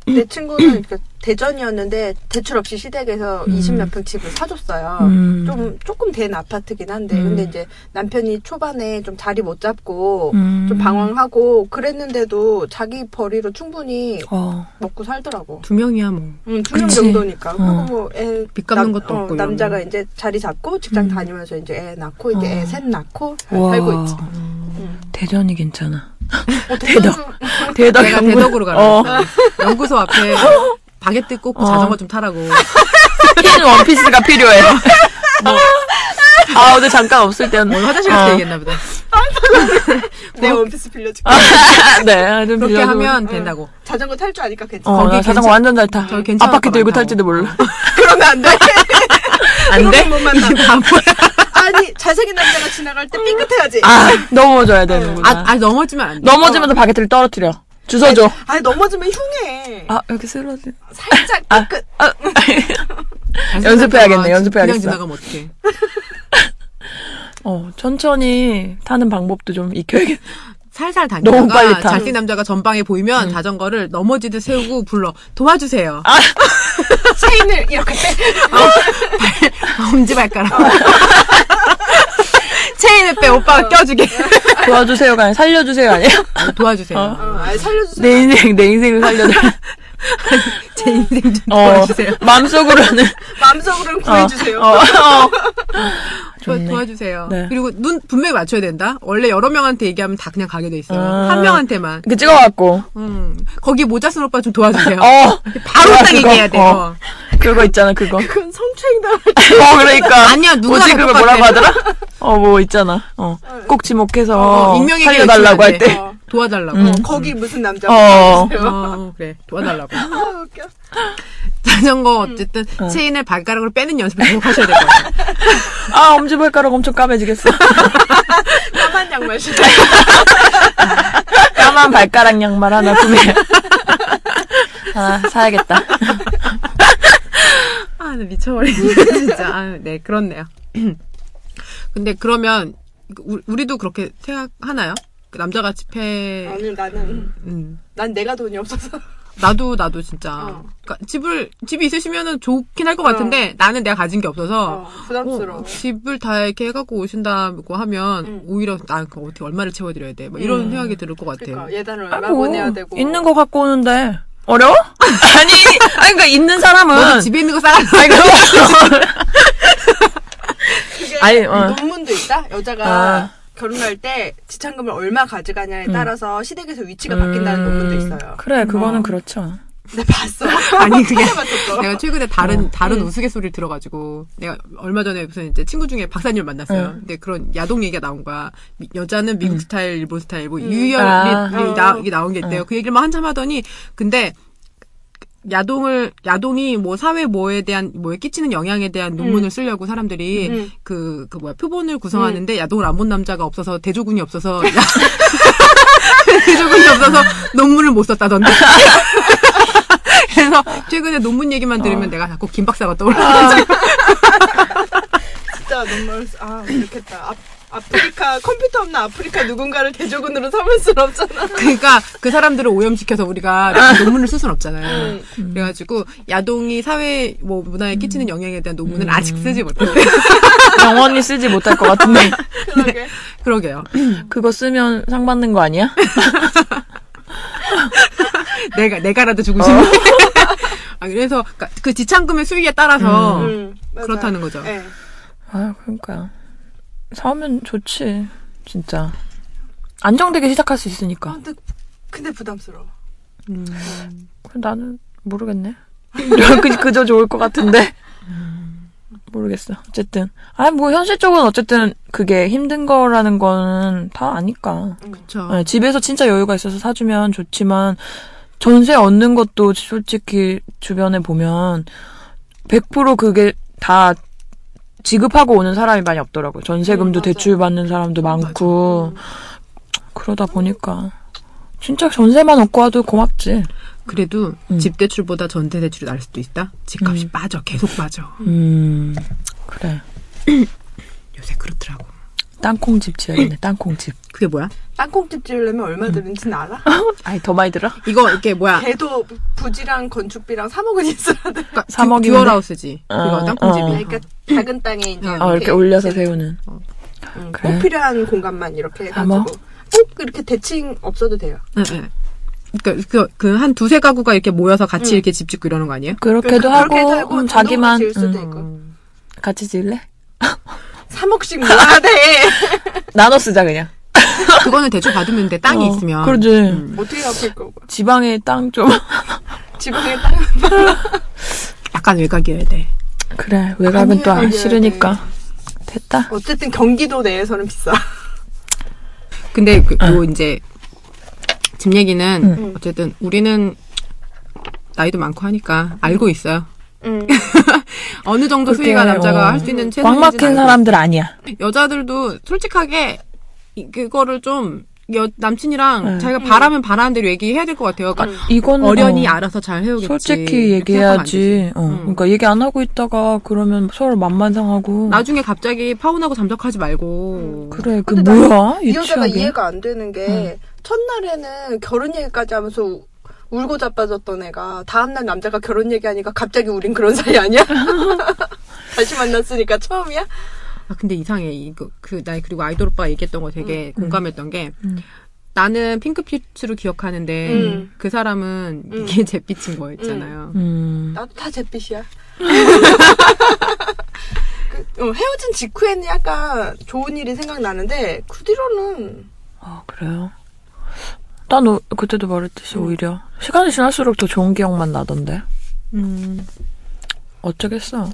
E: 내 친구는 그 대전이었는데 대출 없이 시댁에서 20몇 평 집을 사줬어요.
B: 음.
E: 좀 조금 된 아파트긴 한데
B: 음.
E: 근데 이제 남편이 초반에 좀 자리 못 잡고
B: 음.
E: 좀 방황하고 그랬는데도 자기 벌이로 충분히
B: 어.
E: 먹고 살더라고.
C: 두 명이야 뭐.
E: 음, 두명
B: 그치.
E: 정도니까.
B: 어.
E: 그리고 뭐애
C: 빚 갚는 것도 없고 이러면.
E: 남자가 이제 자리 잡고 직장 다니면서 이제 애 낳고 이제 애 셋 낳고 잘
B: 음. 어. 와. 음.
E: 살고 있지.
C: 음.
B: 대전이 괜찮아.
E: 어, 대전
B: 대덕
C: 내가
B: 연구-
C: 대덕으로 가라.
B: 어.
C: 연구소 앞에 바게트 꽂고
B: 어.
C: 자전거 좀 타라고.
B: 흰 원피스가 필요해요. 아, 어제 잠깐 없을 때는.
C: 뭐. 오늘 화장실 갔다
B: 어.
C: 얘기했나 보다.
E: 내 원피스 빌려줄게.
B: 아. 네, 좀
C: 그렇게
B: 빌려줘.
C: 하면 된다고.
E: 자전거 탈 줄 아니까 괜찮아.
B: 어,
C: 거기
B: 나 자전거
C: 괜찮-
B: 완전 잘 타.
C: 저기 괜찮을
B: 앞바퀴
C: 것
B: 들고
C: 같다고.
B: 탈지도 몰라.
E: 그러면 안 돼.
B: 안 돼? 뭐.
E: 못 만나.
B: 아,
E: 아니 잘생긴 남자가 지나갈 때 삐끗해야지.
B: 아, 넘어져야 되는구나.
C: 아, 아 넘어지면 안 돼.
B: 넘어지면서 바게트를 떨어뜨려. 주워줘.
E: 아니 넘어지면 흉해.
B: 아, 여기 쓰러지.
E: 살짝 삐끗.
B: 아,
C: 안
B: 연습해야겠네,
C: 생각하면
B: 연습해야겠어.
C: 그냥 지나가면 어떡해.
B: 어, 천천히 타는 방법도 좀 익혀야겠.
C: 살살
B: 너무 빨리
C: 다니다가
B: 타.
C: 잘생 남자가 전방에 보이면 자전거를 넘어지듯 세우고 불러 도와주세요.
E: 체인을 이렇게 빼.
C: 엄지발가락. 체인을 빼 오빠가 껴주게.
B: 도와주세요가 아니라 살려주세요 아니야?
C: 도와주세요.
E: 어, 아니 살려주세요.
B: 내 인생, 내 인생을 살려줘.
C: 제 인생 좀
B: 어,
C: 도와주세요.
B: 마음속으로는.
E: 마음속으로는 구해주세요.
B: 어, 어.
C: 도,
B: 좋네.
C: 와주세요
B: 네.
C: 그리고 눈 분명히 맞춰야 된다. 원래 여러 명한테 얘기하면 다 그냥 가게 돼 있어요.
B: 아.
C: 한 명한테만.
B: 그 찍어갖고.
C: 음. 거기 모자 쓴 오빠 좀 도와주세요.
B: 어.
C: 바로
B: 그거,
C: 딱
B: 그거.
C: 얘기해야 돼요.
B: 어. 그거 있잖아, 그거.
E: 그건 성추행 당할
B: 어, 그러니까.
C: 아니야, 누구나
B: 뭐지,
C: 다
B: 그걸
C: 똑같아.
B: 뭐라고 하더라? 어, 뭐 있잖아. 어. 꼭 지목해서
C: 어, 익명에게
B: 살려달라고 할
C: 요청해야
B: 때. 음.
E: 돼.
C: 도와달라고.
E: 어, 거기 무슨 남자
B: 어.
E: 보세요.
C: 어, 그래. 도와달라고.
E: 아 웃겨.
C: 자전거 어쨌든
B: 음.
C: 체인을 발가락으로 빼는 연습을 계속 하셔야 될 것 같아요.
B: 아, 엄지발가락 엄청 까매지겠어.
E: 까만 양말 신어.
B: 까만 발가락 양말 하나 구매. 하나 사야겠다.
C: 아, 나 미쳐버리겠네, 진짜. 아, 네, 그렇네요. 근데 그러면, 우- 우리도 그렇게 생각하나요? 그 남자가 집에,
E: 아니 나는
C: 음,
E: 난 내가 돈이 없어서.
C: 나도, 나도 진짜.
E: 어.
C: 그러니까 집을, 집이 있으시면은 좋긴 할 것 같은데, 나는 내가 가진 게 없어서.
E: 어, 부담스러워.
C: 어, 집을 다 이렇게 해갖고 오신다고 하면, 오히려, 나 그거 어떻게 얼마를 채워드려야 돼? 막 이런 생각이 들을 것 같아요.
E: 그러니까 예단을
B: 아,
E: 얼마
B: 뭐,
E: 보내야 되고.
B: 있는 거 갖고 오는데 어려워? 아니, 아니 그러니까 있는
C: 너도
B: 사람은
C: 집에 있는 거 싸가지고.
B: 아니 그
E: 그게
B: 아니, 어.
E: 논문도 있다. 여자가
B: 아.
E: 결혼할 때 지참금을 얼마 가져가냐에 따라서 시댁에서 위치가 바뀐다는 논문도 있어요.
B: 그래, 그거는 그렇죠.
E: 근데 봤어.
C: 아니 그게
E: 찾아봤었어.
C: 내가 최근에 다른 다른 우스갯소리를 들어가지고 내가 얼마 전에 무슨 이제 친구 중에 박사님을 만났어요.
B: 응.
C: 근데 그런 야동 얘기가 나온 거야. 미- 여자는 미국 스타일, 일본 스타일 뭐
B: 아.
C: 유열이
E: 어.
C: 나, 이게 나온 게 있대요. 그 얘기를 막 한참 하더니 근데 야동을 야동이 뭐 사회 뭐에 대한 뭐에 끼치는 영향에 대한 논문을 쓰려고 사람들이
E: 음.
C: 그, 그 뭐야 표본을 구성하는데 야동을 안 본 남자가 없어서 대조군이 없어서 야- 대조군이 없어서 논문을 못 썼다던데. 그래서 최근에 논문 얘기만
E: 어.
C: 들으면 내가 자꾸 김 박사가
E: 아.
C: 떠올라.
E: 진짜 눈물 아 그렇겠다. 아, 아프리카 컴퓨터 없는 아프리카 누군가를 대조군으로 삼을 순 없잖아.
B: 어,
C: 그러니까 그 사람들을 오염시켜서 우리가 논문을 쓸 순 없잖아요.
B: 음.
C: 그래가지고 야동이 사회 뭐 문화에
B: 음.
C: 끼치는 영향에 대한 논문을 아직 쓰지 못했대.
B: 영원히 쓰지 못할 것 같은데
E: 그러게.
C: 그러게요.
B: 그거 쓰면 상 받는 거 아니야?
C: 내가 내가라도 주고
B: 어.
C: 싶네. 아, 그래서 그- 그 지참금의 수위에 따라서
E: 음, 맞아요.
C: 그렇다는 거죠.
E: 네.
B: 아, 그러니까 사오면 좋지, 진짜. 안정되게 시작할 수
E: 아,
B: 있으니까.
E: 근데, 근데 부담스러워.
B: 그럼 나는 모르겠네. 그- 그저 좋을 것 같은데. 모르겠어. 어쨌든. 아, 뭐, 현실적으로 어쨌든 그게 힘든 거라는 거는 다 아니까.
E: 음.
C: 그렇죠.
B: 네, 집에서 진짜 여유가 있어서 사주면 좋지만 전세 얻는 것도 솔직히 주변에 보면 100% 그게 다 지급하고 오는 사람이 많이 없더라고요. 전세금도
E: 음, 맞아. 음.
B: 대출 받는 사람도 많고 그러다 보니까 진짜 전세만 얻고 와도 고맙지.
C: 그래도
B: 음.
C: 집 대출보다 전세 대출이 날 수도 있다. 집값이 빠져, 계속 빠져.
B: 음 그래
C: 요새 그렇더라고.
B: 땅콩집 지어야겠네. 땅콩집.
C: 그게 뭐야?
E: 땅콩집 지으려면 얼마
B: 음.
E: 드는지는 알아?
B: 아이, 더 많이 들어?
C: 이거 이렇게 뭐야?
E: 걔도 부지랑 건축비랑 3억은 있어야 돼.
C: 그러니까
B: 사 먹이면
C: 듀얼하우스지.
B: 어,
C: 이거 땅콩집이.
B: 어.
E: 그러니까 작은 땅에 이제
C: 어,
B: 어, 이렇게 올려서 세우는.
E: 응,
B: 그래.
E: 꼭 필요한 공간만 이렇게 해가지고
B: 아마?
E: 꼭 이렇게 대칭 없어도 돼요.
C: 응, 응. 그러니까 그, 그 한 두세 가구가 이렇게 모여서 같이
B: 음.
C: 이렇게 집 짓고 이러는 거 아니에요?
B: 그렇게도
E: 그러니까
B: 하고,
E: 그렇게도 하고
B: 음,
E: 단독으로
B: 자기만
E: 지을 수도
B: 음,
E: 있고. 음.
B: 같이 지을래?
E: 3억씩 모아야 돼.
B: 나눠 쓰자 그냥.
C: 그거는 대출 받으면 돼. 땅이
B: 어,
C: 있으면. 음.
B: 그러지.
E: 어떻게 갚을 거고.
B: 지방에 땅 좀.
E: 지방에 땅.
C: 약간 외곽이어야 돼.
B: 그래 외곽은 또
E: 아니에요,
B: 안
E: 아니에요.
B: 싫으니까 됐다.
E: 어쨌든 경기도 내에서는 비싸.
C: 근데 그, 요 이제 집 얘기는
B: 응.
C: 어쨌든 우리는 나이도 많고 하니까 알고 있어요.
E: 음.
C: 어느 정도
B: 그렇게,
C: 수위가 남자가
B: 어,
C: 할 수 있는
B: 꽉
C: 최소한인지는
B: 막힌
C: 알고
B: 사람들 아니야.
C: 여자들도 솔직하게 이- 그거를 좀 여, 남친이랑
B: 네.
C: 자기가 바라면 바라는 대로 얘기해야 될 것 같아요.
E: 음.
C: 그러니까
B: 이거는
C: 어련히
B: 어,
C: 알아서 잘 해오겠지.
B: 솔직히
C: 이렇게 생각하면 안 되지.
B: 얘기해야지. 어,
C: 음.
B: 그러니까 얘기 안 하고 있다가 그러면 서로 맘만 상하고.
C: 나중에 갑자기 파혼하고 잠적하지 말고.
B: 그래 그
E: 근데 나
B: 뭐야
E: 이 여자가
B: 유치하게.
E: 이해가 안 되는 게 첫날에는 결혼 얘기까지 하면서 우- 울고 자빠졌던 애가 다음날 남자가 결혼 얘기하니까 갑자기 우린 그런 사이 아니야? 다시 만났으니까 처음이야?
C: 아, 근데 이상해. 이거, 그, 나 그리고 아이돌 오빠가 얘기했던 거 되게 공감했던 게
B: 음.
C: 나는 핑크빛으로 기억하는데
E: 음.
C: 그 사람은
E: 음.
C: 이게 잿빛인 거였잖아요.
B: 음.
E: 나도 다 잿빛이야. 그, 어, 헤어진 직후에는 약간 좋은 일이 생각나는데 그 뒤로는
B: 아 그래요. 난 오- 그때도 말했듯이
E: 음.
B: 오히려 시간이 지날수록 더 좋은 기억만 나던데.
C: 음.
B: 어쩌겠어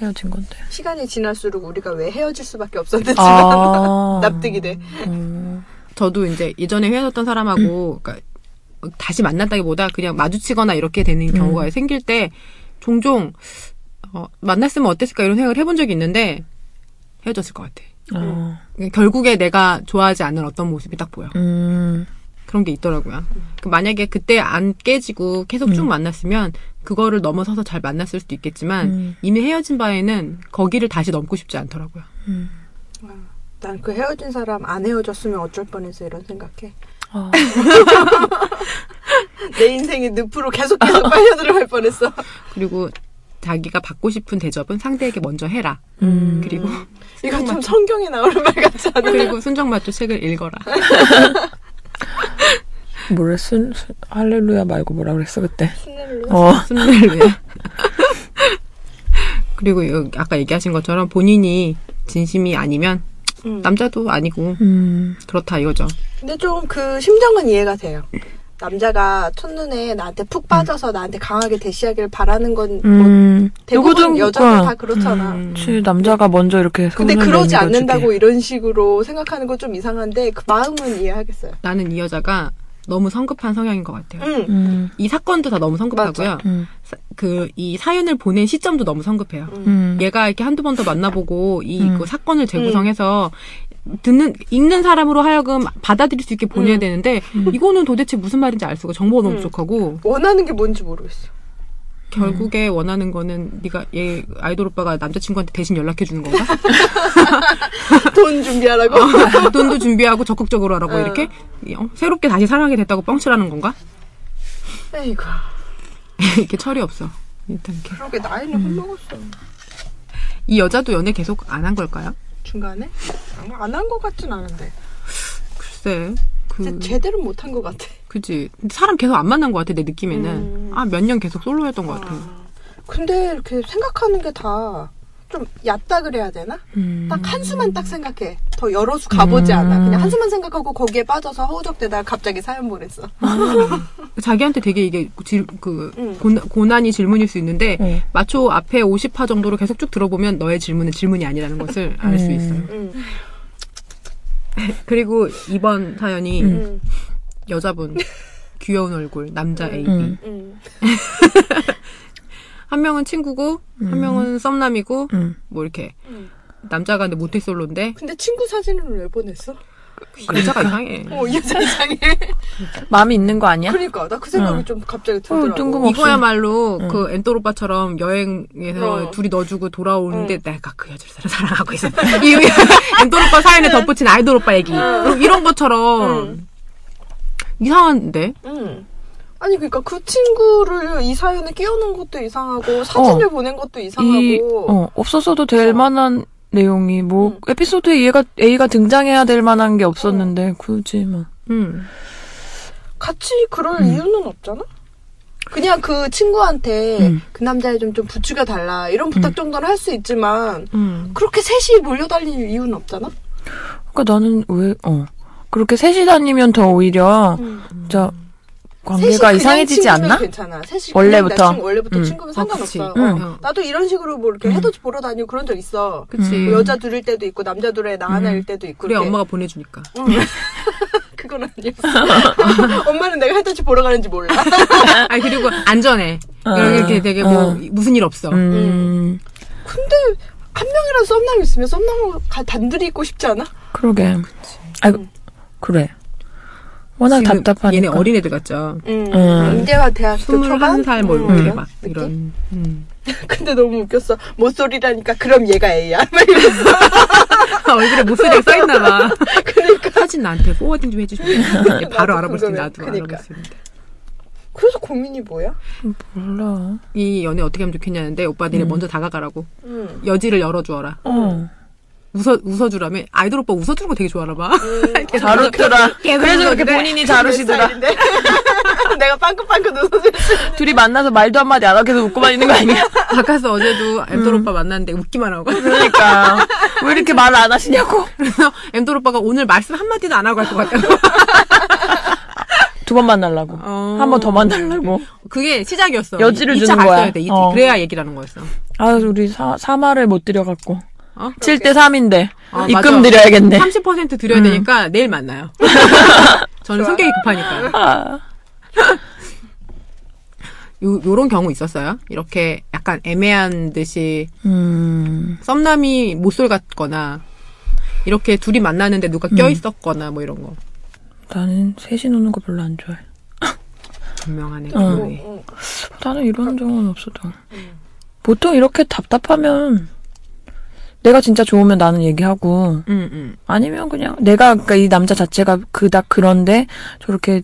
B: 헤어진 건데.
E: 시간이 지날수록 우리가 왜 헤어질 수밖에 없었는지
B: 아.
E: 납득이 돼.
B: 음.
C: 저도 이제 예전에 헤어졌던 사람하고 그러니까 다시 만났다기보다 그냥 마주치거나 이렇게 되는 경우가 생길 때 종종 어, 만났으면 어땠을까 이런 생각을 해본 적이 있는데 헤어졌을 것 같아.
E: 음.
B: 어.
C: 결국에 내가 좋아하지 않는 어떤 모습이 딱 보여.
B: 음.
C: 그런 게 있더라고요. 그 만약에 그때 안 깨지고 계속
B: 음.
C: 쭉 만났으면 그거를 넘어서서 잘 만났을 수도 있겠지만
B: 음.
C: 이미 헤어진 바에는 거기를 다시 넘고 싶지 않더라고요.
E: 난 그 헤어진 사람 안 헤어졌으면 어쩔 뻔해서 이런 생각해.
B: 아.
E: 내 인생이 늪으로 계속 계속 빨려 들어갈 뻔했어.
C: 그리고 자기가 받고 싶은 대접은 상대에게 먼저 해라.
B: 음.
C: 그리고
E: 이건 좀 성경에 나오는 말 같지 않아?
C: 그리고 순정마초 책을 읽어라.
B: 뭐래 순, 순 할렐루야 말고 뭐라 그랬어 그때.
D: 순례를
E: 음.
B: 어.
C: 순례를 위해. 그리고 요- 아까 얘기하신 것처럼 본인이 진심이 아니면
E: 음.
C: 남자도 아니고
B: 음.
C: 그렇다 이거죠.
E: 근데 좀 그 심정은 이해가 돼요. 남자가 첫눈에 나한테 푹 빠져서 나한테 강하게 대시하길 바라는 건 뭐,
B: 음.
E: 대부분
B: 누구든
E: 여자들 다
B: 그건-
E: 그렇잖아.
B: 그치 남자가 먼저 이렇게. 손을
E: 근데 어. 음. 그러지
B: 내밀어주게.
E: 않는다고 이런 식으로 생각하는 건 좀 이상한데 그 마음은 이해하겠어요.
C: 나는 이 여자가 너무 성급한 성향인 것 같아요.
E: 응.
B: 음.
C: 이 사건도 다 너무 성급하고요.
B: 음.
C: 그 이 사연을 보낸 시점도 너무 성급해요.
B: 음.
C: 얘가 이렇게 한두 번 더 만나보고 이
B: 음.
C: 그 사건을 재구성해서 듣는 읽는 사람으로 하여금 받아들일 수 있게 보내야
E: 음.
C: 되는데 이거는 도대체 무슨 말인지 알 수가 정보가 너무
E: 음.
C: 부족하고
E: 원하는 게 뭔지 모르겠어.
C: 결국에 원하는 거는 네가 얘 아이돌 오빠가 남자친구한테 대신 연락해 주는 건가?
E: 돈 준비하라고?
C: 돈도 준비하고 적극적으로 하라고
E: 어.
C: 이렇게 어, 새롭게 다시 사랑하게 됐다고 뻥치라는 건가?
E: 에이구.
C: 이렇게 철이 없어. 일단 이렇게
E: 그러게 나이는 훌먹었어.
C: 이 여자도 연애 계속 안 한 걸까요?
E: 중간에? 안 한 것 같진 않은데.
C: 글쎄
E: 근데
C: 그
E: 제대로 못 한 것 같아.
C: 그지 근데 사람 계속 안 만난 것 같아 내 느낌에는
E: 음.
C: 아 몇 년 계속 솔로였던 것 같아.
E: 근데 이렇게 생각하는 게 다 좀 얕다 그래야 되나?
B: 음.
E: 딱 한 수만 딱 생각해. 더 여러 수 가보지 않아. 그냥 한 수만 생각하고 거기에 빠져서 허우적대다가 갑자기 사연 보냈어.
C: 자기한테 되게 이게 질, 그
E: 음.
C: 고난, 고난이 질문일 수 있는데
E: 예.
B: 네.
C: 마초 앞에 50화 정도로 계속 쭉 들어보면 너의 질문은 질문이 아니라는 것을 알 수
B: 음.
C: 있어요.
E: 응.
C: 그리고 이번 사연이
B: 음.
E: 응.
C: 여자분 귀여운 얼굴 남자 A B
B: 음.
E: 응.
C: 한 명은 친구고 한 명은 썸남이고
B: 음.
C: 뭐 이렇게
E: 음.
C: 남자가 근데 모태솔로인데
E: 근데 친구 사진을 왜 보냈어?
B: 아,
C: 여자가
B: 그러니까.
C: 이상해.
E: 어, 이 세상에.
B: 마음이 있는 거 아니야?
E: 그러니까, 나 그 생각이
B: 응.
E: 좀 갑자기 들더라고.
B: 어. 뜬금없이.
C: 이거야말로 그 엔돌 오빠처럼 여행에서
E: 어.
C: 둘이 넣어주고 돌아오는데 내가 그 여자를 사랑- 사랑하고 있어. 이 엔돌 오빠 사연에 덧붙인 아이돌 오빠 얘기. 이런 것처럼 이상한데?
E: 응. 음. 아니 그러니까 그 친구를 이 사연에 끼워놓은 것도 이상하고 사진을 보낸 것도 이상하고
B: 어. 이, 어, 없었어도 될
E: 어.
B: 만한 내용이 뭐
E: 응.
B: 에피소드에 얘가 A가 등장해야 될 만한 게 없었는데 굳이 뭐. 막
C: 음.
E: 같이
B: 음.
E: 그럴 이유는 없잖아. 그냥 그 친구한테
B: 음.
E: 그 남자애 좀 좀 부추겨 달라 이런 부탁 정도는 할 수 있지만
C: 음.
E: 그렇게 셋이 몰려 달릴 이유는 없잖아.
B: 그러니까 나는 왜 어. 그렇게 셋이 다니면 더 오히려 진짜
E: 셋이
B: 음. 관계가
E: 그냥
B: 이상해지지
E: 친구면
B: 않나?
E: 괜찮아. 셋이
B: 원래부터?
E: 그냥 나 친구, 원래부터
B: 음.
E: 친구면
C: 어, 그치.
E: 뭐 상관없어.
C: 응.
E: 어, 나도 이런 식으로 뭐 이렇게 해도 보러 다니고 그런 적 있어.
C: 그치.
B: 음.
E: 뭐 여자 둘일 때도 있고 남자 둘에 나 하나일 때도 있고.
C: 그래
E: 이렇게. 음.
C: 엄마가 보내주니까.
E: 그건 아니었어. 엄마는 내가 해돋이 보러 가는지 몰라.
C: 아니 그리고 안전해.
B: 어.
C: 이렇게 되게 뭐
B: 어.
C: 무슨 일 없어.
B: 음.
E: 근데 한 명이라도 썸남 있으면 썸남하고 가- 단둘이 있고 싶지 않아?
B: 그러게. 아 그래. 워낙
C: 지금
B: 답답하니까.
C: 얘네 어린애들 같죠.
E: 음.
B: 음.
E: 인대와 대학교 초반?
C: 21살 뭐
E: 음.
C: 이렇게 막
E: 느낌?
C: 이런. 음.
E: 근데 너무 웃겼어. 모쏠이라니까 그럼 얘가 애야.
C: 얼굴에 목소리가 써있나봐. 그러니까. 사진 나한테 포워딩 좀 해주시면 바로
E: 나도
C: 알아볼 수 있는데
E: 궁금해.
C: 나도
E: 그러니까.
C: 알아볼 수 있는데.
E: 그래서 고민이 뭐야?
B: 몰라.
C: 이 연애 어떻게 하면 좋겠냐는데 오빠들이 먼저 다가가라고
E: 음.
C: 여지를 열어주어라.
B: 어.
C: 웃어 웃어주라며 아이돌 오빠 웃어주는 거 되게 좋아하나 봐.
B: 잘 웃더라. 그래서 그렇게 본인이 잘 웃이더라.
E: 근데 내가 빵긋빵긋 웃어줬어.
B: 둘이 만나서 말도 한마디 안 하고 계속 웃고만 있는 거 아니야?
C: 바깥에서 어제도 엠돌
B: 음.
C: 오빠 만났는데 웃기만 하고.
B: 그러니까. 왜 이렇게 말을 안 하시냐고.
C: 그래서 엠돌 오빠가 오늘 말씀 한 마디도 안 하고 갈 것 같다고.
B: 두 번 만나려고.
C: 어.
B: 한 번 더 만나려고.
C: 그게 시작이었어.
B: 여지를
C: 이- 이차
B: 주는 거야.
C: 갔어야 돼. 이-
B: 어.
C: 그래야 얘기라는 거였어.
B: 아, 우리 사, 3화를 못 드려갖고.
C: 어?
B: 7대 3인데.
C: 아,
B: 입금
C: 맞아.
B: 드려야겠네. 음.
C: 30% 드려야 되니까 내일 만나요. 저는 성격이 급하니까.
B: 아.
C: 요, 요런 경우 있었어요? 이렇게 약간 애매한 듯이
B: 음.
C: 썸남이 못쏠 같거나 이렇게 둘이 만나는데 누가
B: 음.
C: 껴있었거나 뭐 이런 거.
B: 나는 셋이 노는 거 별로 안 좋아해.
C: 분명하네.
B: 어.
C: 분명해.
E: 음.
B: 나는 이런 적은 없어도.
C: 음.
B: 보통 이렇게 답답하면 내가 진짜 좋으면 나는 얘기하고
C: 응, 응.
B: 아니면 그냥 내가 그러니까 이 남자 자체가 그닥 그런데 저렇게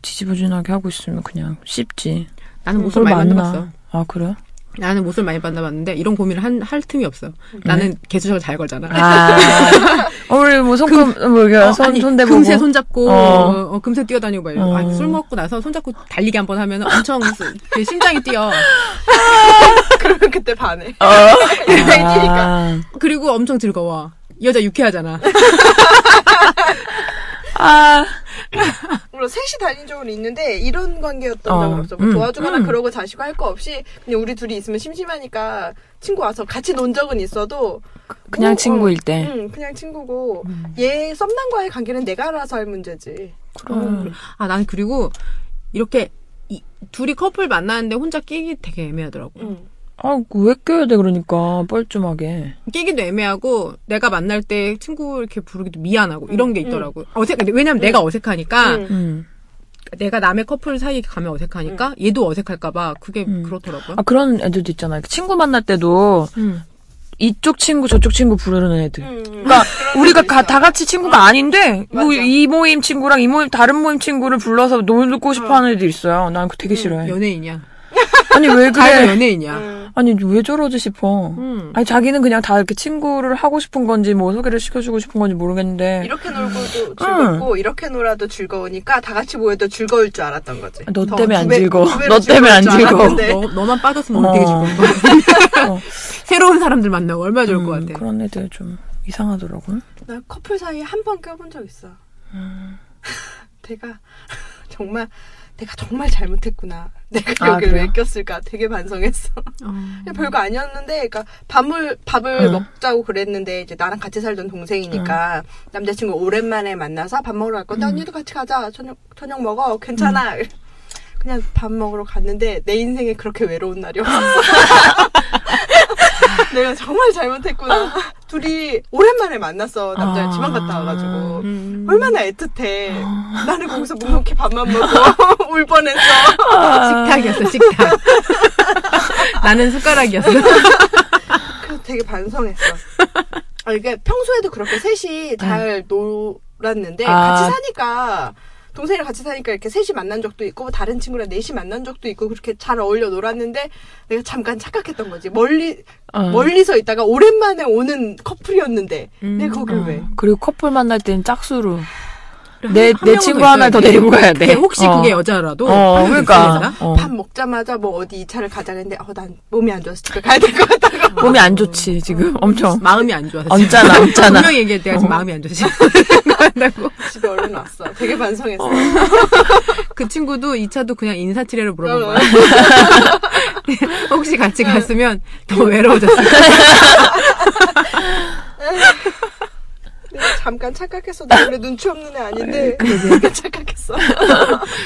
B: 지지부진하게 하고 있으면 그냥 쉽지.
C: 나는 못쏠 많이 만나봤어.
B: 아 그래?
C: 나는 못쏠 많이 만나봤는데 이런 고민을 한, 할 틈이 없어. 나는 개수작을 잘 걸잖아.
B: 음. 아 우리 뭐 손금 뭐 이렇게
C: 어,
B: 손
C: 아니,
B: 손대보고
C: 금세 손잡고
B: 어.
C: 어, 어, 금세 뛰어다니고 막 이러고
B: 어.
C: 아니, 술 먹고 나서 손잡고 달리기 한 번 하면 엄청 수- 그 심장이 뛰어
E: 그러면 그때 반해.
B: 어. 아,
C: 그리고 엄청 즐거워 이 여자 유쾌하잖아
B: 아
E: 물론 셋이 다닌 적은 있는데 이런 관계였던
B: 어,
E: 적은 없어. 뭐
B: 음,
E: 도와주거나
B: 음.
E: 그러고 자시고 할 거 없이 그냥 우리 둘이 있으면 심심하니까 친구 와서 같이 논 적은 있어도
B: 그냥
E: 뭐, 어,
B: 친구일
C: 음.
B: 때.
E: 응, 그냥 친구고 얘 썸남과의 관계는 내가 알아서 할 문제지.
B: 그럼.
C: 아 나는 그리고 이렇게 이- 둘이 커플 만나는데 혼자 끼기 되게 애매하더라고
E: 음.
B: 아왜 껴야 돼 그러니까 뻘쭘하게.
C: 끼기도 애매하고 내가 만날 때 친구 이렇게 부르기도 미안하고 이런 게 있더라고 어색 왜냐면 내가 어색하니까
E: 음.
B: 음.
C: 내가 남의 커플 사이 가면 어색하니까 얘도 어색할까봐 그게 그렇더라고요
B: 아 그런 애들도 있잖아. 친구 만날 때도
C: 음.
B: 이쪽 친구 저쪽 친구 부르는 애들.
E: 음, 음.
B: 그러니까 우리가 가- 다 같이
C: 음.
B: 친구가 아닌데 뭐
E: 맞아.
B: 이 모임 친구랑 이 모임 다른 모임 친구를 불러서 놀고 싶어하는 애들 있어요. 난 그거 되게 싫어해.
C: 연예인이야
B: 아니 왜
C: 음, 가야
B: 그래?
C: 연예인이야
E: 음.
B: 아니 왜 저러지 싶어.
C: 음.
B: 아니 자기는 그냥 다 이렇게 친구를 하고 싶은 건지 뭐 소개를 시켜주고 싶은 건지 모르겠는데
E: 이렇게
B: 음.
E: 놀고도 즐겁고 이렇게 놀아도 즐거우니까 다 같이 모여도 즐거울 줄 알았던 거지.
B: 너
E: 더
B: 때문에
E: 두
B: 안
E: 배-
B: 즐거워.
E: 두 배로
B: 너 때문에 안
E: 즐거울 줄
B: 즐거워.
E: 알았는데.
C: 어, 너, 너만 빠졌으면 오늘 되게
B: 아, 네. 어.
C: 즐거울 것 같아. 새로운 사람들 만나고 얼마나 좋을 것
B: 음,
C: 같아.
B: 그런 애들 좀 이상하더라고.
E: 나 커플 사이에 한 번 껴본 적 있어.
B: 음.
E: 내가 정말 내가 정말 잘못했구나. 내가
B: 아,
E: 여기를 왜
B: 그래요?
E: 꼈을까? 되게 반성했어. 그냥 별거 아니었는데, 그러니까 밥을 밥을
B: 어.
E: 먹자고 그랬는데 이제 나랑 같이 살던 동생이니까 남자친구 오랜만에 만나서 밥 먹으러 갈 건데
B: 음.
E: 언니도 같이 가자. 저녁 저녁 먹어. 괜찮아. 그냥 밥 먹으러 갔는데 내 인생에 그렇게 외로운 날이 없었어. 내가 정말 잘못했구나. 둘이 오랜만에 만났어. 남자
B: 아.
E: 가 지방 갔다 와가지고.
C: 음.
E: 얼마나 애틋해.
B: 아.
E: 나는 거기서 묵묵히 밥만 먹고 울 뻔했어.
B: 아.
C: 식탁이었어, 식탁. 나는 숟가락이었어.
E: 그래서 되게 반성했어. 아, 이게 평소에도 그렇게 셋이 잘 놀았는데
B: 네. 아.
E: 같이 사니까 동생이랑 같이 사니까 이렇게 셋이 만난 적도 있고 뭐 다른 친구랑 넷이 만난 적도 있고 그렇게 잘 어울려 놀았는데 내가 잠깐 착각했던 거지 멀리
C: 아.
B: 어.
E: 멀리서 있다가 오랜만에 오는 커플이었는데 내가 거길
B: 어.
E: 왜?
B: 그리고 커플 만날 때는 짝수로 내,
C: 한
B: 내
C: 명은
B: 친구
C: 있어야
B: 하나 더
C: 돼.
B: 데리고 가야 돼.
C: 걔 혹시
B: 어.
C: 그게 여자라도.
B: 어,
C: 하면
B: 그러니까.
C: 괜찮을까?
B: 어.
E: 밥 먹자마자 뭐 어디 이차를 가자 했는데 어, 난 몸이 안 좋아서 집에 가야 될 것 같다고
B: 몸이 안 좋지, 지금.
C: 어.
B: 엄청.
C: 마음이 안 좋아서.
B: 얹잖아, 얹잖아.
C: 분명 얘기해. 내가 지금 마음이 안 좋아서. 한다고.
E: 집에 얼른 왔어 되게 반성했어
C: 그 친구도 이차도 그냥 인사치레를 물어본 거야. 혹시
B: 어.
C: 같이 갔으면 더 외로워졌을 거야.
E: 내가 잠깐 착각했어 나 원래 눈치 없는 애
C: 네,
E: 아닌데 잠깐 착각했어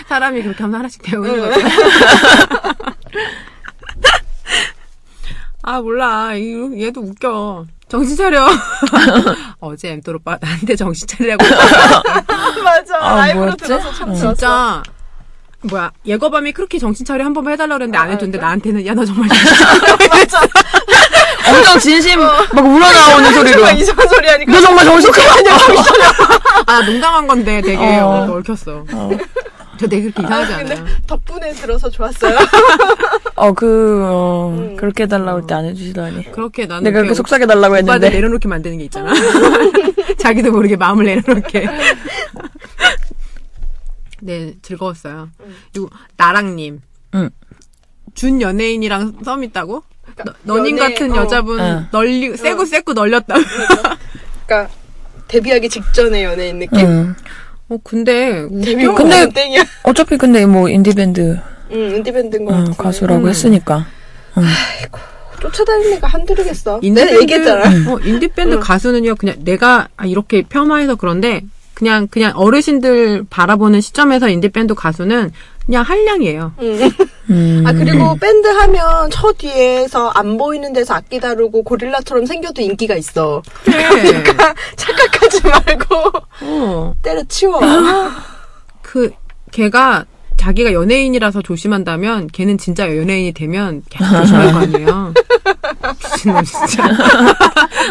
C: 사람이 그렇게 하면 하나씩 배우는
B: 어.
C: 거야. 아, 몰라. 이- 얘도 웃겨. 정신 차려. 어제 엠토 오빠 나한테 정신 차리라고.
E: 맞아
B: 아,
E: 라이브로
B: 뭐였지?
E: 들어서 참
B: 어.
E: 좋았어
C: 진짜. 뭐야, 예거밤이 그렇게 정신 차려 한 번만 해달라 그랬는데 안 해줬는데 나한테는, 야, 너 정말 정신 차려.
B: 엄청 진심
C: 어.
B: 막 우러나오는 소리로.
E: 정말 이상한 소리 하니까
B: 너 정말 정신 차리냐?
C: 아, 농담한 건데 되게
B: 어.
C: 어. 얽혔어. 저 되게 그렇게 이상하지
E: 근데
C: 않아요.
E: 덕분에 들어서 좋았어요
B: 어, 그, 어, 그렇게 해달라고 할 때 안 해주시다니.
C: 음. 그렇게 나는
B: 내가 그렇게
C: 이렇게
B: 속삭여달라고
C: 오빠들
B: 했는데.
C: 내려놓게 만드는 게 있잖아. 자기도 모르게 마음을 내려놓게. 네, 즐거웠어요. 그리고 나랑님.
B: 응.
C: 준 연예인이랑 썸 있다고?
E: 그러니까
C: 너, 너님
E: 연애-
C: 같은
E: 어,
C: 여자분
B: 응.
C: 널리 세고 세고 널렸다.
E: 그러니까 데뷔하기 직전의 연애인 느낌
B: 응.
C: 어 근데
E: 데뷔
C: 웃겨.
E: 후
B: 근데-
E: 는 땡이야
B: 음. 어차피 근데 뭐 인디밴드
E: 응 인디밴드인 거
B: 어,
E: 같은데
B: 가수라고
C: 음.
B: 했으니까.
E: 쫓아다니는 애가 한둘이겠어
C: 인디밴드-
E: 내가 얘기했잖아
C: 어, 인디밴드
E: 응.
C: 가수는요, 그냥 내가 아, 이렇게 폄하해서 그런데 그냥 그냥 어르신들 바라보는 시점에서 인디밴드 가수는 그냥 한량이에요.
E: 응.
B: 음.
E: 아 그리고 밴드 하면 저 뒤에서 안 보이는 데서 악기 다루고 고릴라처럼 생겨도 인기가 있어
C: 그래.
E: 그러니까. 착각하지 말고
C: 네. 어,
E: 때려치워
C: 그 걔가 자기가 연예인이라서 조심한다면 걔는 진짜 연예인이 되면 계속 조심할 거 아니에요. 미친놈 진짜.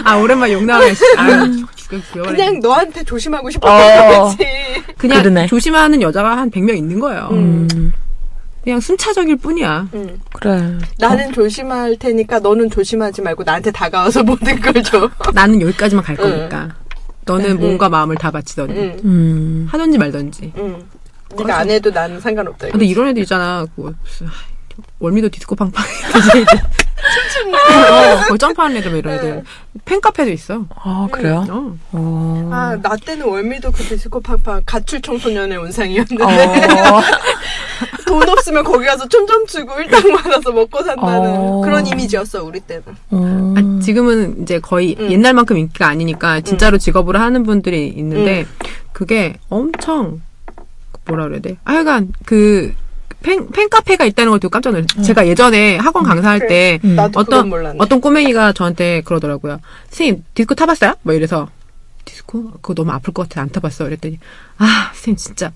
C: 아 오랜만에 욕 나오네. 아, 죽여, 죽여,
E: 그냥 너한테 조심하고
B: 어.
E: 싶었던 거지
C: 그냥
B: 그러네.
C: 조심하는 여자가 한 100명 있는 거예요.
E: 음.
C: 그냥 순차적일 뿐이야.
E: 응.
B: 그래.
E: 음. 나는 조심할 테니까 너는 조심하지 말고 나한테 다가와서 모든 걸 줘.
C: 나는 여기까지만 갈
E: 응.
C: 거니까. 너는 몸과 마음을 다 바치더니
E: 응,
B: 음.
C: 하든지 말든지.
E: 응. 음. 네가 안 해도 나는 상관없다. 이거.
C: 근데 이런 애들 있잖아. 그 무슨 하, 월미도 디스코 팡팡 DJ 들. 어, 거기 점프하는 애들 막 이런 애들. 팬카페도 있어.
B: 아, 그래요?
C: 어.
B: 어.
E: 아, 나 때는 월미도 그 디스코팡팡 가출 청소년의 온상이었는데
B: 어.
E: 돈 없으면 거기 가서 춤 좀 추고 일당 받아서 먹고 산다는
B: 어.
E: 그런 이미지였어 우리 때는.
B: 음.
C: 아, 지금은 이제 거의
E: 음.
C: 옛날만큼 인기가 아니니까 진짜로 직업으로 하는 분들이 있는데 그게 엄청 뭐라 그래야 돼? 하여간 그 팬, 팬카페가 있다는 걸 듣고 깜짝 놀랐어요. 제가 예전에 학원 강사할
E: 그래.
C: 때
B: 음.
E: 나도 그건
C: 어떤
E: 몰랐네.
C: 어떤 꼬맹이가 저한테 그러더라고요. 선생님 디스코 타봤어요? 뭐 이래서 디스코 그거 너무 아플 것 같아 안 타봤어. 그랬더니 아 선생님 진짜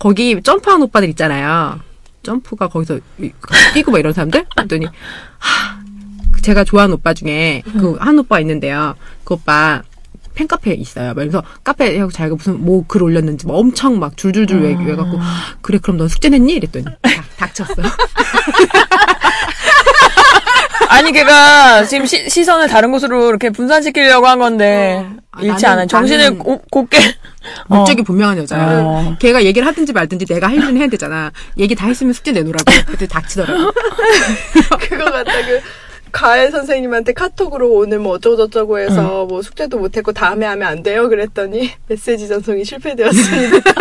C: 거기 점프하는 오빠들 있잖아요. 점프가 거기서 이- 뛰고 막 이런 사람들? 그랬더니 하, 제가 좋아하는 오빠 중에 그 한 오빠 있는데요. 그 오빠 팬카페 있어요. 막 이러면서 카페에 하고 자기가 무슨 뭐 글 올렸는지 막 엄청 막 줄줄줄 왜, 왜 갖고
E: 아.
C: 그래 그럼 넌 숙제 냈니? 이랬더니 닥- 닥쳤어.
B: 아니 걔가 지금 시, 시선을 다른 곳으로 이렇게 분산시키려고 한 건데
C: 아,
B: 잃지
C: 나는-
B: 않아요. 정신을
C: 나는-
B: 고- 곱게
C: 목적이 분명한 여자야.
B: 어.
C: 걔가 얘기를 하든지 말든지 내가 할 일은 해야 되잖아. 얘기 다 했으면 숙제 내놓으라고. 그때 닥치더라고.
E: 그거 같다 그 과외 선생님한테 카톡으로 오늘 뭐 어쩌고저쩌고 해서 뭐 숙제도 못했고 다음에 하면 안 돼요 그랬더니 메시지 전송이 실패되었습니다.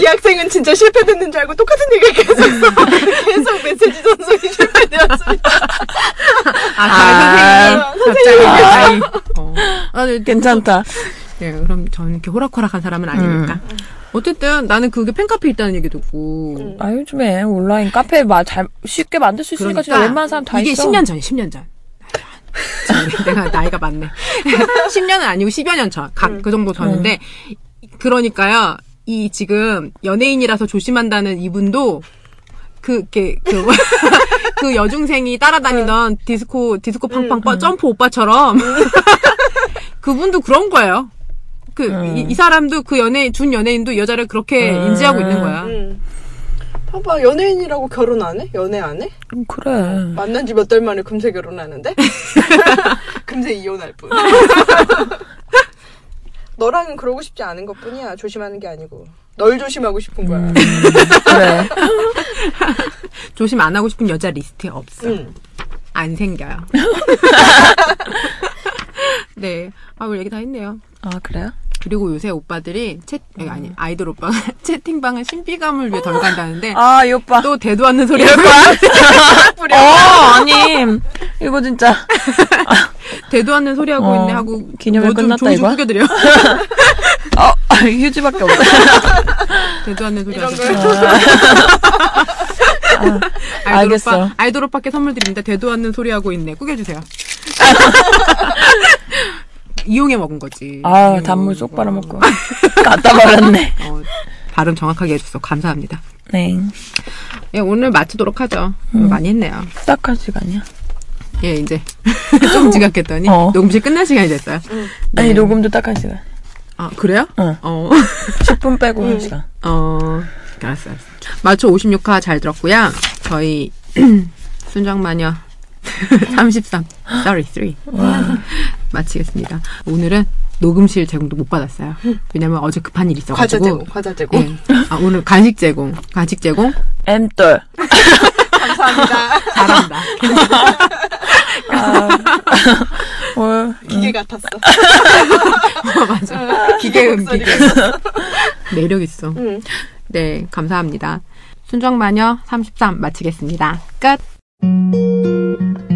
E: 이 학생은 진짜 실패됐는 줄 알고 똑같은 얘기를 계속 계속 메시지 전송이 실패되었습니다.
C: 아,
B: 아,
C: 선생님. 갑자기. 어. 아, 네,
B: 괜찮다.
C: 네, 그럼 저는 이렇게 호락호락한 사람은 아니니까.
B: 음.
C: 어쨌든 나는 그게 팬카페 있다는 얘기 듣고.
B: 아 요즘에 온라인 카페 마, 잘 쉽게 만들 수 있으니까 그러니까 진짜 웬만한 사람 다
C: 그러니까 이게
B: 있어.
C: 10년 전이 10년 전. 참, 내가 나이가 많네. 10년은 아니고 10여 년 전, 각
B: 음.
C: 그 정도 전인데 그러니까요. 이 지금 연예인이라서 조심한다는 이분도 그게 그, 그 여중생이
B: 음.
C: 따라다니던 디스코 디스코 팡팡 빠- 점프 오빠처럼 그분도 그런 거예요. 그 이
B: 음.
C: 사람도 그 연예 준 연예인도 여자를 그렇게 인지하고 있는 거야.
E: 음. 봐봐 연예인이라고 결혼 안 해? 연애 안 해?
B: 음, 그래.
E: 만난 지 몇 달 만에 금세 결혼하는데? 금세 이혼할 뿐. 너랑은 그러고 싶지 않은 것 뿐이야. 조심하는 게 아니고. 널 조심하고 싶은 거야.
C: 음.
B: 그래.
C: 조심 안 하고 싶은 여자 리스트에 없어.
E: 응.
C: 안 생겨요. 네. 아, 우리 얘기 다 했네요.
B: 아 그래요?
C: 그리고 요새 오빠들이 채, 아니,
B: 음.
C: 아니, 아이돌 오빠가 채팅방은 신비감을 위해 덜 간다는데,
B: 아 이 오빠.
C: 또 대도 않는 소리
B: 이럴
C: 하고,
B: 거야? 어 아니 이거 진짜
C: 대도 않는 소리 하고
B: 어,
C: 있네 하고,
B: 기념일
C: 뭐 좀-
B: 끝났다,
C: 종종
B: 이거야?
C: 구겨드려.
B: 어 휴지밖에 없어.
C: 대도 않는 소리
E: 이런
C: 하고. 아.
E: 걸.
C: 아이돌
B: 알겠어.
C: 오빠, 아이돌 오빠께 선물 드립니다. 대도 않는 소리 하고 있네. 꾸겨주세요. 이용해 먹은 거지.
B: 아
C: 예, 이용해
B: 단물
C: 먹은
B: 쏙
C: 거.
B: 빨아먹고 갖다 버렸네.
C: 어, 발음 정확하게 해줘서 감사합니다.
B: 네.
C: 예, 오늘 마치도록 하죠.
B: 음.
C: 많이 했네요.
B: 딱 한 시간이야.
C: 예, 이제 좀 지각했더니
B: 어.
C: 녹음실 끝날 시간이 됐어요. 네.
B: 아니 녹음도 딱 한 시간.
C: 아, 그래요?
B: 어.
C: 어.
B: 10분 빼고
C: 네.
B: 한 시간.
C: 어, 알았어, 알았어. 마초 56화 잘 들었고요. 저희 순정마녀 33, 33 마치겠습니다. 오늘은 녹음실 제공도 못 받았어요. 왜냐면 어제 급한 일이
E: 과자
C: 있어가지고.
E: 제공, 과자 제공.
C: 예. 아, 오늘 간식 제공, 간식 제공
B: 엠돌.
E: 감사합니다.
C: 잘한다.
E: 아,
B: 어,
E: 기계 같았어.
C: 맞아. 기계음
E: 목소리가
C: 기계. 매력 있어.
E: 응.
C: 네, 감사합니다. 순정마녀 33 마치겠습니다. 끝.